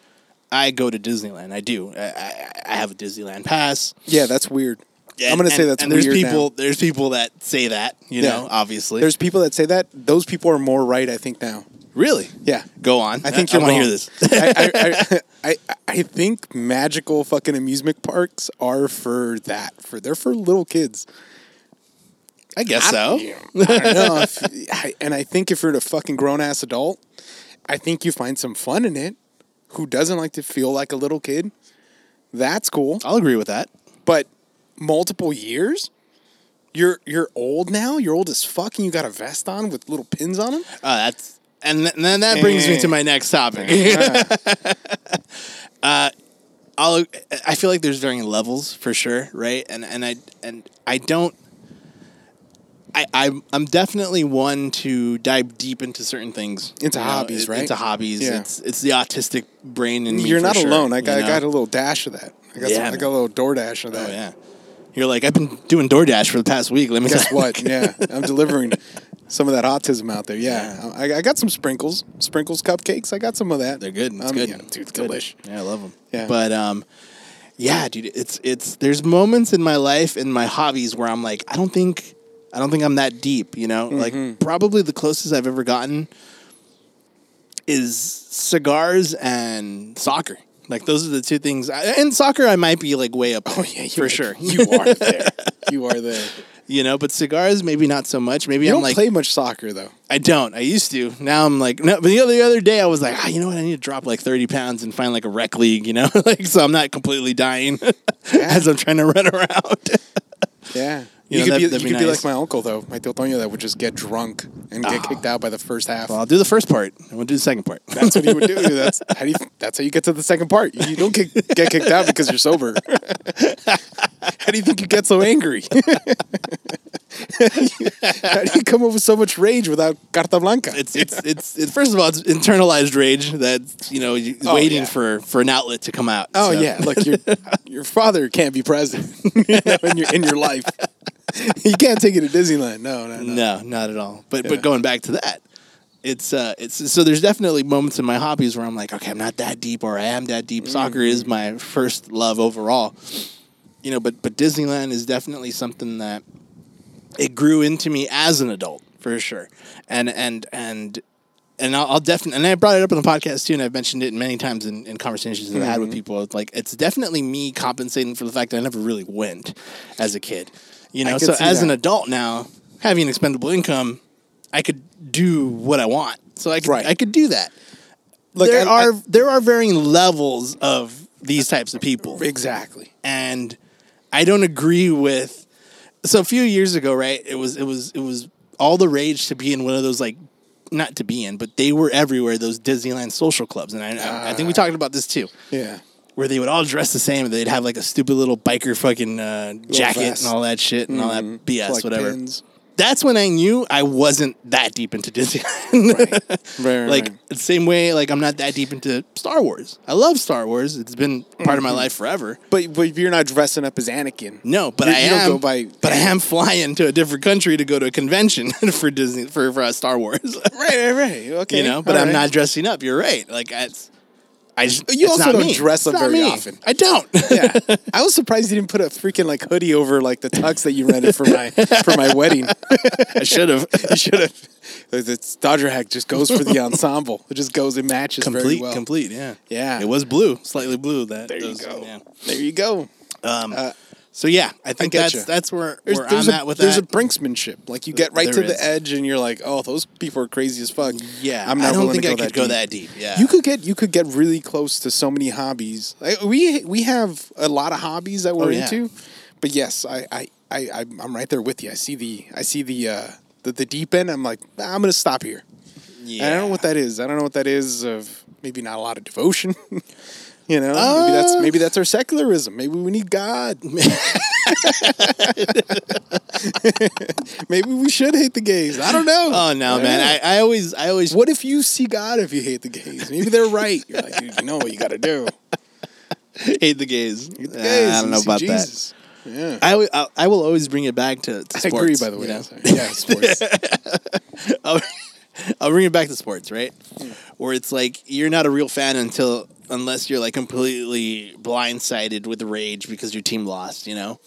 [SPEAKER 2] I go to Disneyland. I do. I, I, I have a Disneyland pass.
[SPEAKER 3] Yeah, that's weird. I'm
[SPEAKER 2] And-
[SPEAKER 3] gonna say
[SPEAKER 2] and-
[SPEAKER 3] that's
[SPEAKER 2] and
[SPEAKER 3] weird.
[SPEAKER 2] there's people
[SPEAKER 3] now.
[SPEAKER 2] there's people that say that you
[SPEAKER 3] Yeah.
[SPEAKER 2] know obviously
[SPEAKER 3] There's people that say that. Those people are more right, I think now.
[SPEAKER 2] really
[SPEAKER 3] Yeah.
[SPEAKER 2] go on
[SPEAKER 3] I think
[SPEAKER 2] I
[SPEAKER 3] you're
[SPEAKER 2] want to
[SPEAKER 3] wrong.
[SPEAKER 2] hear this
[SPEAKER 3] I, I, I, I, I think magical fucking amusement parks are for that. For they're for little kids.
[SPEAKER 2] I guess
[SPEAKER 3] Oh.
[SPEAKER 2] so
[SPEAKER 3] I don't know if, I, and I think if you're a fucking grown ass adult, I think you find some fun in it. Who doesn't like to feel like a little kid? That's cool.
[SPEAKER 2] I'll agree with that
[SPEAKER 3] but multiple years you're you're old now you're old as fuck and you got a vest on with little pins on them
[SPEAKER 2] Uh, that's and, th- and then that brings me to my next topic. uh, I'll, I feel like there's varying levels for sure, right? And and I and I don't. I, I'm I'm definitely one to dive deep into certain things,
[SPEAKER 3] Into
[SPEAKER 2] You know,
[SPEAKER 3] hobbies,
[SPEAKER 2] it-
[SPEAKER 3] right?
[SPEAKER 2] Into hobbies,
[SPEAKER 3] Yeah. Mm,
[SPEAKER 2] it's it's the autistic brain in me.
[SPEAKER 3] you're
[SPEAKER 2] for
[SPEAKER 3] not
[SPEAKER 2] sure,
[SPEAKER 3] alone i got
[SPEAKER 2] you
[SPEAKER 3] i got a
[SPEAKER 2] know?
[SPEAKER 3] little dash of that i got,
[SPEAKER 2] Yeah,
[SPEAKER 3] some, I
[SPEAKER 2] man.
[SPEAKER 3] got a little door dash of that
[SPEAKER 2] Oh yeah, you're like I've been doing DoorDash for the past week. Let me
[SPEAKER 3] guess
[SPEAKER 2] tell-
[SPEAKER 3] what yeah i'm delivering some of that autism out there yeah I, I got some sprinkles sprinkles cupcakes i got some of that
[SPEAKER 2] They're good. It's
[SPEAKER 3] Um,
[SPEAKER 2] good.
[SPEAKER 3] yeah, dude
[SPEAKER 2] It's good.
[SPEAKER 3] delish
[SPEAKER 2] Yeah, I love them.
[SPEAKER 3] Yeah.
[SPEAKER 2] But um, yeah, dude, it's it's there's moments in my life and my hobbies where I'm like, I don't think I don't think I'm that deep, you know?
[SPEAKER 3] Mm-hmm.
[SPEAKER 2] Like probably the closest I've ever gotten is cigars and soccer. Like those are the two things. I, and soccer I might be like way up
[SPEAKER 3] oh yeah you
[SPEAKER 2] for
[SPEAKER 3] are-
[SPEAKER 2] sure.
[SPEAKER 3] you are there you are there
[SPEAKER 2] You know, but cigars maybe not so much. Maybe
[SPEAKER 3] you
[SPEAKER 2] I'm
[SPEAKER 3] don't
[SPEAKER 2] like
[SPEAKER 3] play much soccer though
[SPEAKER 2] I don't. I used to. Now I'm like no. But the other the other day I was like, ah, you know what? I need to drop like 30 pounds and find like a rec league. You know, like so I'm not completely dying as I'm trying to run around.
[SPEAKER 3] Yeah.
[SPEAKER 2] You
[SPEAKER 3] You,
[SPEAKER 2] know,
[SPEAKER 3] could,
[SPEAKER 2] that-
[SPEAKER 3] be,
[SPEAKER 2] that'd
[SPEAKER 3] you
[SPEAKER 2] be
[SPEAKER 3] could be
[SPEAKER 2] nice. Ah.
[SPEAKER 3] like my uncle, though, my tio Toño, that would just get drunk and get kicked out by the first half.
[SPEAKER 2] well, I'll do the first part. and we'll do the second part.
[SPEAKER 3] that's what he would do. That's how, do you, that's how you get to the second part. You don't get, get kicked out because you're sober. how do you think you get so angry? how do you come up with so much rage without Carta Blanca?
[SPEAKER 2] It's it's it's it, first of all, it's internalized rage that you know you-
[SPEAKER 3] Oh,
[SPEAKER 2] waiting
[SPEAKER 3] yeah.
[SPEAKER 2] for for an outlet to come out.
[SPEAKER 3] oh,
[SPEAKER 2] So,
[SPEAKER 3] yeah. Look, your, your father can't be present you know, in, your, in your life. you can't take it to Disneyland. No, no, no.
[SPEAKER 2] No, not at all. But
[SPEAKER 3] Yeah.
[SPEAKER 2] but going back to that, it's uh it's so there's definitely moments in my hobbies where I'm like, okay, I'm not that deep or I am that deep. Soccer is
[SPEAKER 3] Mm-hmm.
[SPEAKER 2] my first love overall. You know, but but Disneyland is definitely something that it grew into me as an adult for sure. And and and and I'll, I'll definitely and I brought it up on the podcast too, and I've mentioned it many times in, in conversations that I've
[SPEAKER 3] Mm-hmm.
[SPEAKER 2] had with people. It's like it's definitely me compensating for the fact that I never really went as a kid. You know,
[SPEAKER 3] could
[SPEAKER 2] so
[SPEAKER 3] see
[SPEAKER 2] as an
[SPEAKER 3] that.
[SPEAKER 2] adult now, having expendable income, I could do what I want. So I could
[SPEAKER 3] Right.
[SPEAKER 2] I could do that.
[SPEAKER 3] Look,
[SPEAKER 2] there
[SPEAKER 3] I- I-
[SPEAKER 2] are there are varying levels of these types of people
[SPEAKER 3] Exactly.
[SPEAKER 2] and I don't agree with. So a few years ago, right? It was it was it was all the rage to be in one of those like not
[SPEAKER 3] Ah.
[SPEAKER 2] to be in, but they were everywhere. Those Disneyland social clubs, and I, I- I think we talked about this too,
[SPEAKER 3] Yeah.
[SPEAKER 2] where they would all dress the same. They'd have like a stupid little biker fucking uh, jacket
[SPEAKER 3] vest.
[SPEAKER 2] and all that shit and all that BS,
[SPEAKER 3] Collect
[SPEAKER 2] whatever.
[SPEAKER 3] pins.
[SPEAKER 2] That's when I knew I wasn't that deep into Disney.
[SPEAKER 3] Right, right,
[SPEAKER 2] like
[SPEAKER 3] right.
[SPEAKER 2] the same way, like I'm not that deep into Star Wars. I love Star Wars. It's been part
[SPEAKER 3] Mm-hmm.
[SPEAKER 2] of my life forever.
[SPEAKER 3] But but you're not dressing up as Anakin.
[SPEAKER 2] No, but
[SPEAKER 3] You-
[SPEAKER 2] I
[SPEAKER 3] you
[SPEAKER 2] am.
[SPEAKER 3] don't go by-
[SPEAKER 2] but I am flying to a different country to go to a convention for Disney for, for uh, Star Wars.
[SPEAKER 3] Right, right, right. Okay.
[SPEAKER 2] you know, but
[SPEAKER 3] all
[SPEAKER 2] I'm
[SPEAKER 3] right.
[SPEAKER 2] not dressing up. You're right. Like I, I just,
[SPEAKER 3] You
[SPEAKER 2] it's
[SPEAKER 3] also
[SPEAKER 2] not
[SPEAKER 3] don't
[SPEAKER 2] me.
[SPEAKER 3] dress up
[SPEAKER 2] It's not
[SPEAKER 3] very
[SPEAKER 2] me.
[SPEAKER 3] often.
[SPEAKER 2] I don't.
[SPEAKER 3] yeah. I was surprised you didn't put a freaking like hoodie over like the tux that you rented for my for my wedding.
[SPEAKER 2] I should have.
[SPEAKER 3] you should have. It's Dodger hack just goes for the ensemble. It just goes. It matches very
[SPEAKER 2] complete,
[SPEAKER 3] well.
[SPEAKER 2] complete. Yeah,
[SPEAKER 3] Yeah.
[SPEAKER 2] It was blue, slightly blue. That
[SPEAKER 3] There
[SPEAKER 2] those-
[SPEAKER 3] you go.
[SPEAKER 2] yeah.
[SPEAKER 3] There you go.
[SPEAKER 2] Um, so yeah, I think
[SPEAKER 3] Uh, getcha.
[SPEAKER 2] that's that's where, where
[SPEAKER 3] there's
[SPEAKER 2] I'm
[SPEAKER 3] a,
[SPEAKER 2] at with
[SPEAKER 3] there's
[SPEAKER 2] that.
[SPEAKER 3] a brinksmanship. Like you get right
[SPEAKER 2] There
[SPEAKER 3] to the
[SPEAKER 2] is.
[SPEAKER 3] edge, and you're like, "Oh, those people are crazy as fuck."
[SPEAKER 2] yeah,
[SPEAKER 3] I'm
[SPEAKER 2] I
[SPEAKER 3] not
[SPEAKER 2] don't
[SPEAKER 3] willing
[SPEAKER 2] think
[SPEAKER 3] to go
[SPEAKER 2] I
[SPEAKER 3] that
[SPEAKER 2] could go
[SPEAKER 3] deep.
[SPEAKER 2] that deep. Yeah,
[SPEAKER 3] You could get you could get really close to so many hobbies. Like, we we have a lot of hobbies that we're
[SPEAKER 2] Oh, yeah.
[SPEAKER 3] into, but yes, I I I I'm- I'm right there with you. I see the I see the uh, the, the deep end. I'm like, "Nah, I'm gonna stop here.
[SPEAKER 2] Yeah.
[SPEAKER 3] I don't know what that is. I don't know what that is of maybe not a lot of devotion. you know, maybe that's
[SPEAKER 2] Uh.
[SPEAKER 3] maybe that's our secularism. Maybe we need God. maybe we should hate the gays. I don't know.
[SPEAKER 2] Oh no, man! I, I always, I always.
[SPEAKER 3] what if you see God if you hate the gays? Maybe they're right. You're like, dude, you know what you got to do.
[SPEAKER 2] hate the gays.
[SPEAKER 3] Hate the
[SPEAKER 2] Uh,
[SPEAKER 3] gays
[SPEAKER 2] I don't
[SPEAKER 3] and
[SPEAKER 2] know
[SPEAKER 3] see
[SPEAKER 2] about that.
[SPEAKER 3] Jesus. Yeah.
[SPEAKER 2] I, always, I, I will always bring it back to, to
[SPEAKER 3] I
[SPEAKER 2] sports.
[SPEAKER 3] agree, by the
[SPEAKER 2] you
[SPEAKER 3] way.
[SPEAKER 2] know?
[SPEAKER 3] Yeah, sports.
[SPEAKER 2] I'll, I'll bring it back to sports, right?
[SPEAKER 3] Hmm.
[SPEAKER 2] Where it's like you're not a real fan until unless you're like completely blindsided with rage because your team lost, you know?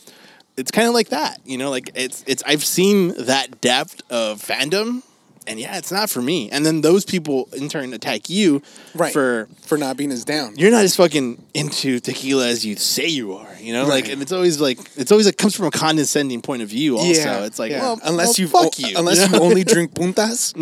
[SPEAKER 2] It's kind of like that, you know, like it's it's I've seen that depth of fandom and yeah, it's not for me. And then those people in turn attack you
[SPEAKER 3] right.
[SPEAKER 2] for
[SPEAKER 3] for not being as down.
[SPEAKER 2] you're not as fucking into tequila as you say you are, you know? Like
[SPEAKER 3] Right.
[SPEAKER 2] and it's always like it's always it comes from a condescending point of view also. it's like,
[SPEAKER 3] yeah.
[SPEAKER 2] well,
[SPEAKER 3] unless
[SPEAKER 2] well,
[SPEAKER 3] you've
[SPEAKER 2] fuck
[SPEAKER 3] o-
[SPEAKER 2] you.
[SPEAKER 3] unless you only drink puntas,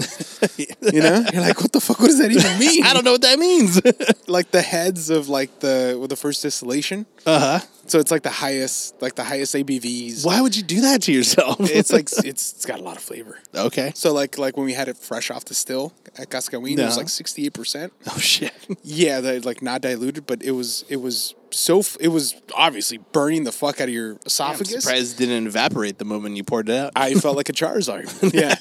[SPEAKER 3] you know, you're like, what the fuck? What does that even mean?
[SPEAKER 2] I don't know what that means.
[SPEAKER 3] like the heads of like the with the first distillation.
[SPEAKER 2] Uh huh.
[SPEAKER 3] So it's like the highest, like the highest ABVs.
[SPEAKER 2] Why would you do that to yourself?
[SPEAKER 3] It's like it's it's got a lot of flavor.
[SPEAKER 2] okay.
[SPEAKER 3] So like like when we had it fresh off the still at Cascawen, it
[SPEAKER 2] Yeah.
[SPEAKER 3] was like sixty eight percent.
[SPEAKER 2] Oh shit.
[SPEAKER 3] Yeah, that like not diluted, but it was it was so f- it was obviously burning the fuck out of your
[SPEAKER 2] I'm
[SPEAKER 3] esophagus.
[SPEAKER 2] surprised it didn't evaporate the moment you poured it out.
[SPEAKER 3] I felt like a Charizard. yeah,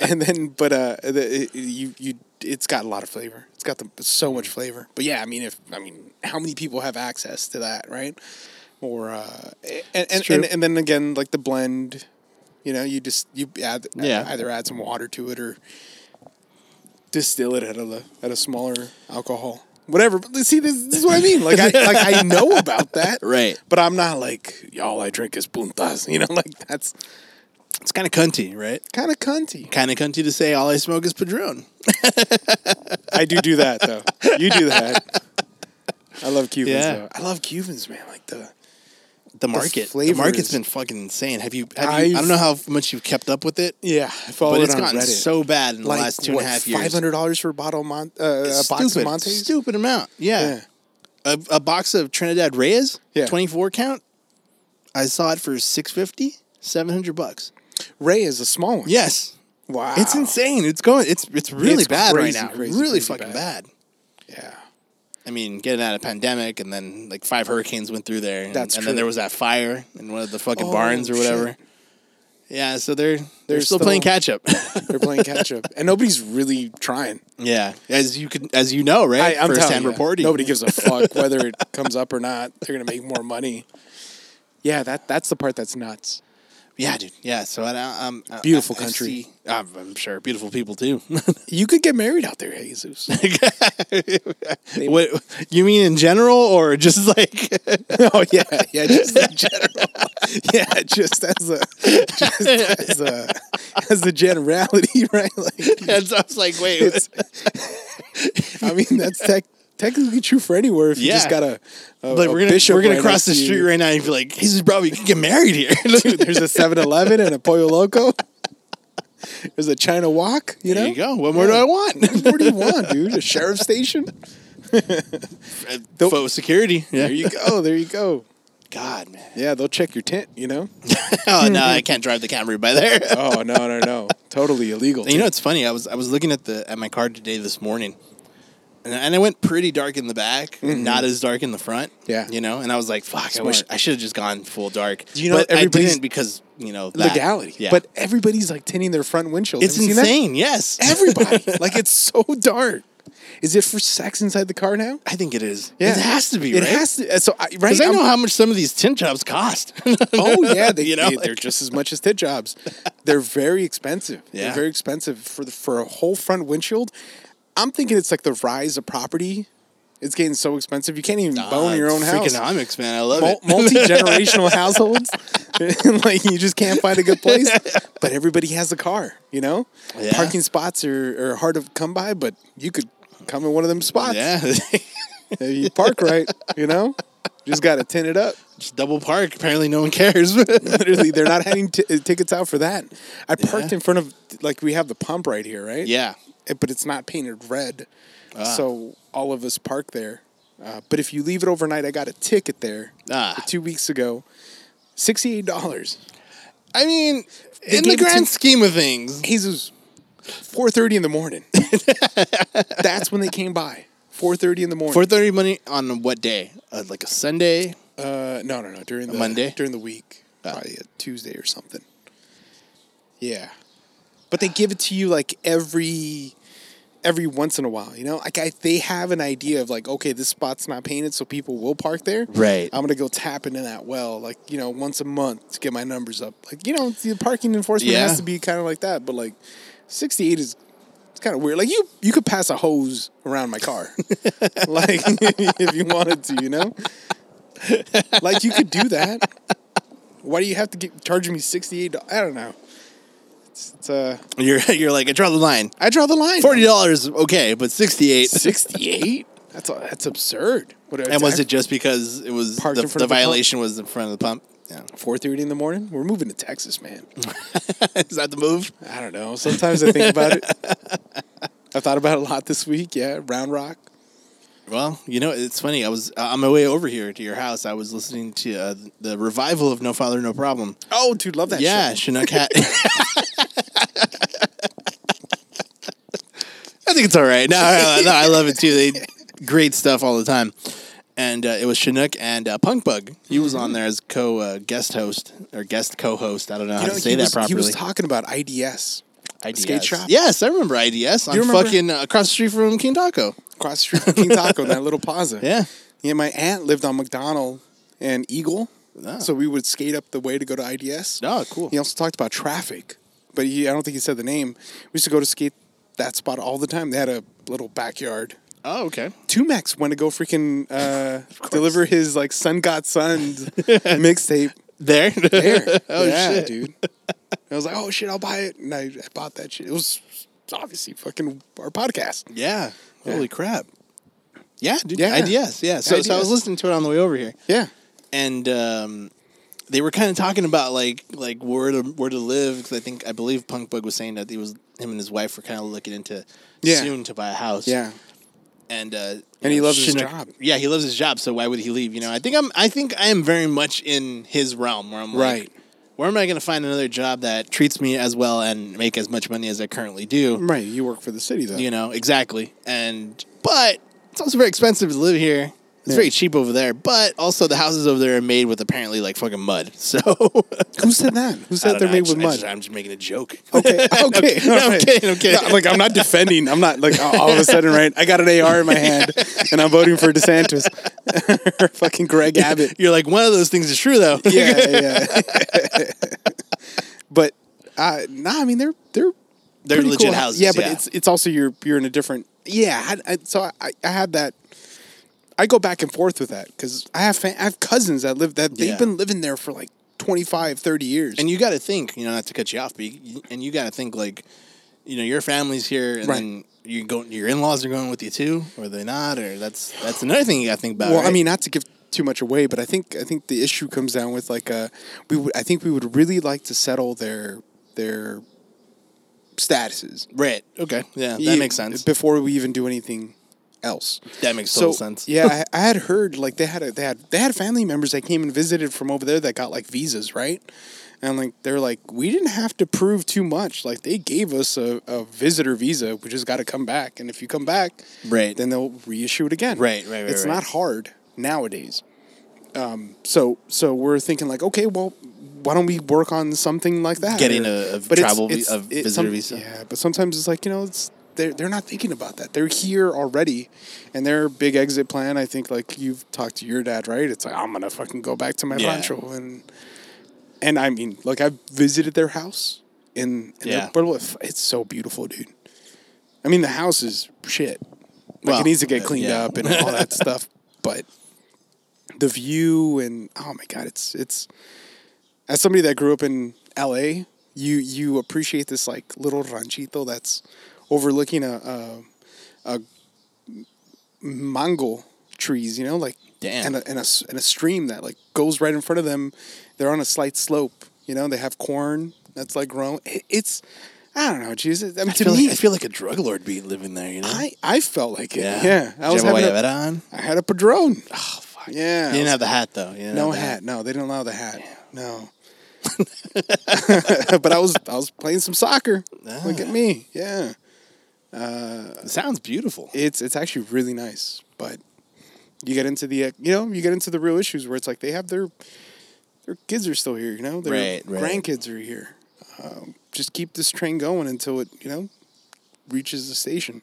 [SPEAKER 3] and then but uh, the, it, you you it's got a lot of flavor. It's got the, so
[SPEAKER 2] Mm.
[SPEAKER 3] much flavor. But yeah, I mean if I mean how many people have access to that, right? Or uh, and and,
[SPEAKER 2] true.
[SPEAKER 3] and and then again like the blend, you know, you just you add
[SPEAKER 2] Yeah.
[SPEAKER 3] either add some water to it or distill it at a at a smaller alcohol. Whatever, but see, this, this is what I mean. Like, I like I know about that,
[SPEAKER 2] Right.
[SPEAKER 3] But I'm not like all I drink is puntas, you know. Like that's
[SPEAKER 2] It's kind of cunty, right?
[SPEAKER 3] kind of cunty.
[SPEAKER 2] Kind of cunty to say all I smoke is Padron.
[SPEAKER 3] I do do that though. You do that. I love Cubans
[SPEAKER 2] Yeah.
[SPEAKER 3] though. I love Cubans, man. Like the
[SPEAKER 2] The market, the,
[SPEAKER 3] flavor
[SPEAKER 2] market's
[SPEAKER 3] is-
[SPEAKER 2] been fucking insane. Have you? Have you I don't
[SPEAKER 3] I've-
[SPEAKER 2] know how much you've kept up with it,
[SPEAKER 3] yeah, I follow
[SPEAKER 2] but
[SPEAKER 3] it
[SPEAKER 2] it's
[SPEAKER 3] on
[SPEAKER 2] gotten
[SPEAKER 3] Reddit.
[SPEAKER 2] so bad in the last two and a half years.
[SPEAKER 3] Five hundred dollars for a bottle of Mon- uh, a box
[SPEAKER 2] stupid,
[SPEAKER 3] of Montes.
[SPEAKER 2] stupid amount. Yeah,
[SPEAKER 3] Yeah.
[SPEAKER 2] A, a box of Trinidad Reyes,
[SPEAKER 3] Yeah.
[SPEAKER 2] twenty four count. I saw it for 650 700 bucks.
[SPEAKER 3] Ray is a small one.
[SPEAKER 2] Yes,
[SPEAKER 3] Wow.
[SPEAKER 2] It's insane. It's going. It's it's really
[SPEAKER 3] It's
[SPEAKER 2] bad
[SPEAKER 3] crazy,
[SPEAKER 2] right now.
[SPEAKER 3] crazy,
[SPEAKER 2] really
[SPEAKER 3] crazy
[SPEAKER 2] fucking bad.
[SPEAKER 3] Yeah.
[SPEAKER 2] I mean, getting out of pandemic, and then like five hurricanes went through there. And,
[SPEAKER 3] That's
[SPEAKER 2] and
[SPEAKER 3] true.
[SPEAKER 2] then there was that fire in one of the fucking
[SPEAKER 3] Oh,
[SPEAKER 2] barns or whatever.
[SPEAKER 3] shit.
[SPEAKER 2] Yeah, so they're they're,
[SPEAKER 3] They're
[SPEAKER 2] still, playing
[SPEAKER 3] still-
[SPEAKER 2] catch up.
[SPEAKER 3] They're playing catch up, and nobody's really trying.
[SPEAKER 2] yeah, as you can as you know, right?
[SPEAKER 3] I, I'm
[SPEAKER 2] First
[SPEAKER 3] telling
[SPEAKER 2] hand
[SPEAKER 3] you,
[SPEAKER 2] reporting.
[SPEAKER 3] Nobody gives a fuck whether it comes up or not. They're gonna make more money. Yeah, that that's the part that's nuts.
[SPEAKER 2] Yeah, dude. Yeah, so I, I, um, I-
[SPEAKER 3] Beautiful
[SPEAKER 2] I- I
[SPEAKER 3] country.
[SPEAKER 2] see- I'm, I'm sure beautiful people too.
[SPEAKER 3] You could get married out there, Jesus.
[SPEAKER 2] what you mean in general, or just like
[SPEAKER 3] Oh yeah, yeah, just in general. yeah, just as a just as a as the generality, right? Like
[SPEAKER 2] I was like, wait,
[SPEAKER 3] it's I mean that's tech technically true for anywhere if you
[SPEAKER 2] Yeah.
[SPEAKER 3] just got a, a
[SPEAKER 2] like
[SPEAKER 3] a
[SPEAKER 2] we're gonna
[SPEAKER 3] bishop
[SPEAKER 2] we're gonna
[SPEAKER 3] right
[SPEAKER 2] cross the
[SPEAKER 3] next to
[SPEAKER 2] street
[SPEAKER 3] you.
[SPEAKER 2] right now and be like, Jesus, bro, we can get married here.
[SPEAKER 3] Dude, there's a 7-Eleven and a Pollo Loco. There's a China Walk, you know?
[SPEAKER 2] There you go. What more do I want?
[SPEAKER 3] What do you want, dude? A sheriff station?
[SPEAKER 2] Faux security. Uh, Yeah.
[SPEAKER 3] There you go. There you go.
[SPEAKER 2] God, man.
[SPEAKER 3] Yeah, they'll check your tent, you know?
[SPEAKER 2] Oh no, I can't drive the Camry by there.
[SPEAKER 3] Oh, no, no, no. Totally illegal.
[SPEAKER 2] you know, it's funny. I was I was looking at the at my card today this morning, and, and I went pretty dark in the back, not as dark in the front.
[SPEAKER 3] Yeah.
[SPEAKER 2] you know, and I was like, "Fuck, I
[SPEAKER 3] Smart.
[SPEAKER 2] wish I should have just gone full dark."
[SPEAKER 3] You know,
[SPEAKER 2] but I
[SPEAKER 3] everybody's-
[SPEAKER 2] didn't because you know that.
[SPEAKER 3] legality.
[SPEAKER 2] Yeah,
[SPEAKER 3] But everybody's like tinting their front windshield.
[SPEAKER 2] it's
[SPEAKER 3] Have you seen that?
[SPEAKER 2] insane. Yes,
[SPEAKER 3] Everybody. like it's so dark. Is it for sex inside the car now?
[SPEAKER 2] I think it is. It has to be.
[SPEAKER 3] It
[SPEAKER 2] right?
[SPEAKER 3] has to. uh, So I, right.
[SPEAKER 2] Because I know
[SPEAKER 3] I'm-
[SPEAKER 2] how much some of these tin jobs cost.
[SPEAKER 3] oh yeah, they,
[SPEAKER 2] You know,
[SPEAKER 3] they, are
[SPEAKER 2] like-
[SPEAKER 3] just as much as tit jobs. They're very expensive. They're
[SPEAKER 2] Yeah.
[SPEAKER 3] very expensive for the, for a whole front windshield. I'm thinking it's like the rise of property. It's getting so expensive. You can't even bone your own house.
[SPEAKER 2] Freaconomics, man. I love
[SPEAKER 3] Mul-
[SPEAKER 2] it.
[SPEAKER 3] Multi generational households, like you just can't find a good place. But everybody has a car, you know.
[SPEAKER 2] Yeah.
[SPEAKER 3] Parking spots are, are hard to come by, but you could come in one of them spots.
[SPEAKER 2] Yeah,
[SPEAKER 3] If you park right, you know. Just got to tin it up.
[SPEAKER 2] just double park. Apparently, no one cares. yeah,
[SPEAKER 3] Literally, they're not handing t- uh, tickets out for that. I parked in front of like we have the pump right here, right? It- but it's not painted red,
[SPEAKER 2] Ah.
[SPEAKER 3] so all of us park there. Uh, but if you leave it overnight, I got a ticket there
[SPEAKER 2] Ah.
[SPEAKER 3] two weeks ago, sixty-eight dollars.
[SPEAKER 2] I mean, in the
[SPEAKER 3] gave it
[SPEAKER 2] grand
[SPEAKER 3] to-
[SPEAKER 2] scheme of things,
[SPEAKER 3] Jesus, four thirty in the morning. That's when they came by. Four thirty in the morning.
[SPEAKER 2] four thirty money on what day? Uh, like a Sunday?
[SPEAKER 3] uh, no, no, no. During the
[SPEAKER 2] Monday? Oh.
[SPEAKER 3] during the week, probably a Tuesday or something. Yeah, but they give it to you like every every once in a while. You know, like I, they have an idea of like, okay, this spot's not painted, so people will park there.
[SPEAKER 2] Right.
[SPEAKER 3] I'm gonna go tap into that well, like you know, once a month to get my numbers up. Like you know, the parking enforcement
[SPEAKER 2] Yeah.
[SPEAKER 3] has to be kind of like that, but like 68 is it's kind of weird. Like you, you could pass a hose around my car, like if you wanted to, you know. Like you could do that. Why do you have to get charging me sixty eight? I don't know. It's, it's uh,
[SPEAKER 2] You're you're like I draw the line.
[SPEAKER 3] I draw the line.
[SPEAKER 2] Forty dollars, okay, but sixty eight.
[SPEAKER 3] sixty eight. That's a, that's absurd. What,
[SPEAKER 2] And was it just because it was
[SPEAKER 3] Parked
[SPEAKER 2] the,
[SPEAKER 3] in front
[SPEAKER 2] the
[SPEAKER 3] of the pump?
[SPEAKER 2] violation was in front of the pump? Yeah,
[SPEAKER 3] four thirty in the morning? We're moving to Texas, man.
[SPEAKER 2] is that the move?
[SPEAKER 3] I don't know. Sometimes I think about it. I thought about it a lot this week. Yeah, Round Rock.
[SPEAKER 2] Well, you know, it's funny. I was uh, on my way over here to your house. I was listening to uh, the revival of No Father, No Problem.
[SPEAKER 3] Oh, dude, love that.
[SPEAKER 2] yeah,
[SPEAKER 3] show.
[SPEAKER 2] Chinook hat. I think it's all right. No, I, no, I love it too. They great stuff all the time. And uh, it was Chinook and uh, Punk Bug. He was
[SPEAKER 3] Mm-hmm.
[SPEAKER 2] on there as co uh, guest host or guest co-host. I don't know how
[SPEAKER 3] You know,
[SPEAKER 2] to say
[SPEAKER 3] he
[SPEAKER 2] that
[SPEAKER 3] was,
[SPEAKER 2] properly.
[SPEAKER 3] He was talking about IDS.
[SPEAKER 2] IDS.
[SPEAKER 3] skate shop?
[SPEAKER 2] Yes, I remember IDS on
[SPEAKER 3] You remember?
[SPEAKER 2] fucking uh, across the street from King Taco.
[SPEAKER 3] across the street from King Taco in that little plaza.
[SPEAKER 2] Yeah.
[SPEAKER 3] Yeah, my aunt lived on McDonald and Eagle.
[SPEAKER 2] Ah.
[SPEAKER 3] So we would skate up the way to go to IDS.
[SPEAKER 2] Oh, cool.
[SPEAKER 3] He also talked about traffic, but he, I don't think he said the name. We used to go to skate that spot all the time. They had a little backyard.
[SPEAKER 2] Oh, okay.
[SPEAKER 3] Tumex went to go freaking uh, deliver his like Sun Got Sunned mixtape
[SPEAKER 2] There.
[SPEAKER 3] there.
[SPEAKER 2] oh
[SPEAKER 3] yeah,
[SPEAKER 2] shit,
[SPEAKER 3] dude. I was like, oh shit, I'll buy it, and I, I bought that shit. It was obviously fucking our podcast.
[SPEAKER 2] Yeah. Holy crap. Yeah, dude.
[SPEAKER 3] Yeah.
[SPEAKER 2] IDS. Yeah. So, so I was
[SPEAKER 3] IDS.
[SPEAKER 2] listening to it on the way over here,
[SPEAKER 3] Yeah.
[SPEAKER 2] and um, they were kind of talking about like like where to where to live because I think I believe Punk Bug was saying that he was him and his wife were kind of looking into
[SPEAKER 3] Yeah.
[SPEAKER 2] soon to buy a house.
[SPEAKER 3] Yeah.
[SPEAKER 2] And uh, and
[SPEAKER 3] he loves his job.
[SPEAKER 2] Yeah, he loves his job. So why would he leave? You know, I think I'm I think I am very much in his realm where I'm like,
[SPEAKER 3] Right.
[SPEAKER 2] Where am I going to find another job that treats me as well and make as much money as I currently do?
[SPEAKER 3] Right, you work for the city though.
[SPEAKER 2] you know exactly and but it's also very expensive to live here it's
[SPEAKER 3] Yeah.
[SPEAKER 2] very cheap over there but also the houses over there are made with apparently like fucking mud so
[SPEAKER 3] Who said that? Who
[SPEAKER 2] I
[SPEAKER 3] said
[SPEAKER 2] don't
[SPEAKER 3] they're
[SPEAKER 2] know, I
[SPEAKER 3] made
[SPEAKER 2] just-
[SPEAKER 3] with
[SPEAKER 2] I
[SPEAKER 3] mud?
[SPEAKER 2] just- i'm just making a joke
[SPEAKER 3] okay, okay.
[SPEAKER 2] No,
[SPEAKER 3] all
[SPEAKER 2] I'm kidding, I'm kidding.
[SPEAKER 3] No, like I'm not defending. I'm not like all all of a sudden, right? I got an AR in my hand, and I'm voting for DeSantis, or fucking Greg Abbott.
[SPEAKER 2] you're like one of those things is true though
[SPEAKER 3] Yeah, yeah. but uh, nah, I mean they're they're
[SPEAKER 2] They're
[SPEAKER 3] pretty
[SPEAKER 2] legit
[SPEAKER 3] cool.
[SPEAKER 2] houses,
[SPEAKER 3] Yeah, but
[SPEAKER 2] yeah.
[SPEAKER 3] it's it's also you're you're in a different. Yeah, I, I, so I I had that. I go back and forth with that because I have fa- I have cousins that live that
[SPEAKER 2] Yeah.
[SPEAKER 3] they've been living there for like 25, 30 years.
[SPEAKER 2] and you got to think you know not to cut you off but you, and you got to think like you know your family's here and
[SPEAKER 3] Right.
[SPEAKER 2] then you go your in-laws are going with you too or they not or that's that's another thing you got to think about
[SPEAKER 3] Well, I
[SPEAKER 2] right?
[SPEAKER 3] mean, not to give too much away, but I think I think the issue comes down with like uh we would I think we would really like to settle their their statuses.
[SPEAKER 2] right okay yeah that
[SPEAKER 3] E-
[SPEAKER 2] makes sense
[SPEAKER 3] Before we even do anything else.
[SPEAKER 2] That makes
[SPEAKER 3] so,
[SPEAKER 2] total sense.
[SPEAKER 3] yeah, I, I had heard like they had a, they had they had family members that came and visited from over there that got like visas, right? And like they're like, we didn't have to prove too much. Like they gave us a, a visitor visa. We just got to come back, and if you come back,
[SPEAKER 2] Right.
[SPEAKER 3] then they'll reissue it again.
[SPEAKER 2] Right, right, right,
[SPEAKER 3] It's
[SPEAKER 2] right.
[SPEAKER 3] not hard nowadays. Um, so so we're thinking like, okay, well, why don't we work on something like that?
[SPEAKER 2] Getting a- a travel vi- a visitor visa.
[SPEAKER 3] Yeah, but sometimes it's like you know it's. They're, they're not thinking about that. They're here already, and their big exit plan. I think like you've talked to your dad, right? It's like I'm gonna fucking go back to my
[SPEAKER 2] Yeah.
[SPEAKER 3] rancho, and and I mean, like I've visited their house in, in
[SPEAKER 2] Yeah.
[SPEAKER 3] El Pueblo. It's so beautiful, dude. I mean, the house is shit. Like
[SPEAKER 2] Well,
[SPEAKER 3] it needs to get cleaned
[SPEAKER 2] yeah.
[SPEAKER 3] up and all that stuff, but the view and oh my god, it's it's as somebody that grew up in LA, you you appreciate this like little ranchito that's overlooking a a, a mango trees, you know, like
[SPEAKER 2] Damn.
[SPEAKER 3] and a, and a s- and a stream that like goes right in front of them. They're on a slight slope, you know. They have corn that's like grown. It, it's I don't know, Jesus. I mean,
[SPEAKER 2] I
[SPEAKER 3] to
[SPEAKER 2] feel,
[SPEAKER 3] me,
[SPEAKER 2] like, I feel like a drug lord be living there, you know?
[SPEAKER 3] I, I felt like it. Yeah,
[SPEAKER 2] Did
[SPEAKER 3] I
[SPEAKER 2] you
[SPEAKER 3] was
[SPEAKER 2] have a
[SPEAKER 3] having a,
[SPEAKER 2] guayabera on?
[SPEAKER 3] I had a padrone. Oh fuck. Yeah.
[SPEAKER 2] You didn't have the hat, though. You didn't
[SPEAKER 3] no
[SPEAKER 2] have the
[SPEAKER 3] hat. No, they didn't allow the hat. No. but I was I was playing some soccer. Look at me. Yeah.
[SPEAKER 2] It sounds beautiful.
[SPEAKER 3] It's it's actually really nice, but you get into the uh, you know, you get into the real issues where it's like they have their their kids are still here, you know? Their
[SPEAKER 2] Right, right.
[SPEAKER 3] grandkids are here. Um, just keep this train going until it, you know, reaches the station.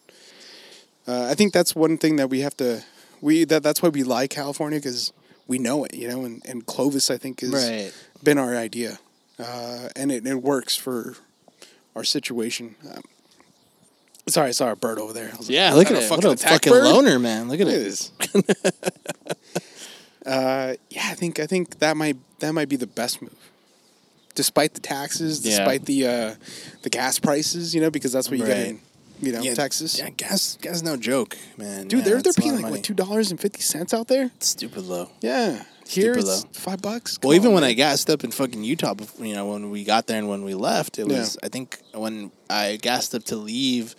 [SPEAKER 3] Uh, I think that's one thing that we have to we that that's why we like California cuz we know it, you know, and, and Clovis I think is
[SPEAKER 2] Right.
[SPEAKER 3] been our idea, uh, and it, it works for our situation. Um, sorry, I saw a bird over there. I was like,
[SPEAKER 2] Yeah,
[SPEAKER 3] "Is
[SPEAKER 2] look
[SPEAKER 3] that
[SPEAKER 2] at
[SPEAKER 3] a
[SPEAKER 2] it. What
[SPEAKER 3] fucking
[SPEAKER 2] a
[SPEAKER 3] attack
[SPEAKER 2] fucking
[SPEAKER 3] bird?"
[SPEAKER 2] loner, man. Look at
[SPEAKER 3] Look at
[SPEAKER 2] it.
[SPEAKER 3] this. uh, yeah, I think I think that might that might be the best move. Despite the taxes,
[SPEAKER 2] Yeah.
[SPEAKER 3] despite the uh, the gas prices, you know, because that's what you get
[SPEAKER 2] Right.
[SPEAKER 3] in, you know, Texas.
[SPEAKER 2] Yeah, gas, gas, no joke, man.
[SPEAKER 3] Dude,
[SPEAKER 2] Yeah,
[SPEAKER 3] they're they're
[SPEAKER 2] it's a lot
[SPEAKER 3] paying
[SPEAKER 2] of
[SPEAKER 3] like what
[SPEAKER 2] money.
[SPEAKER 3] two dollars and fifty cents out there.
[SPEAKER 2] It's stupid low.
[SPEAKER 3] Yeah, here
[SPEAKER 2] Super
[SPEAKER 3] it's
[SPEAKER 2] low.
[SPEAKER 3] five bucks.
[SPEAKER 2] Well, even when I gassed up in fucking Utah, bef- you know, when we got there and when we left, it
[SPEAKER 3] Yeah.
[SPEAKER 2] was I think when I gassed up to leave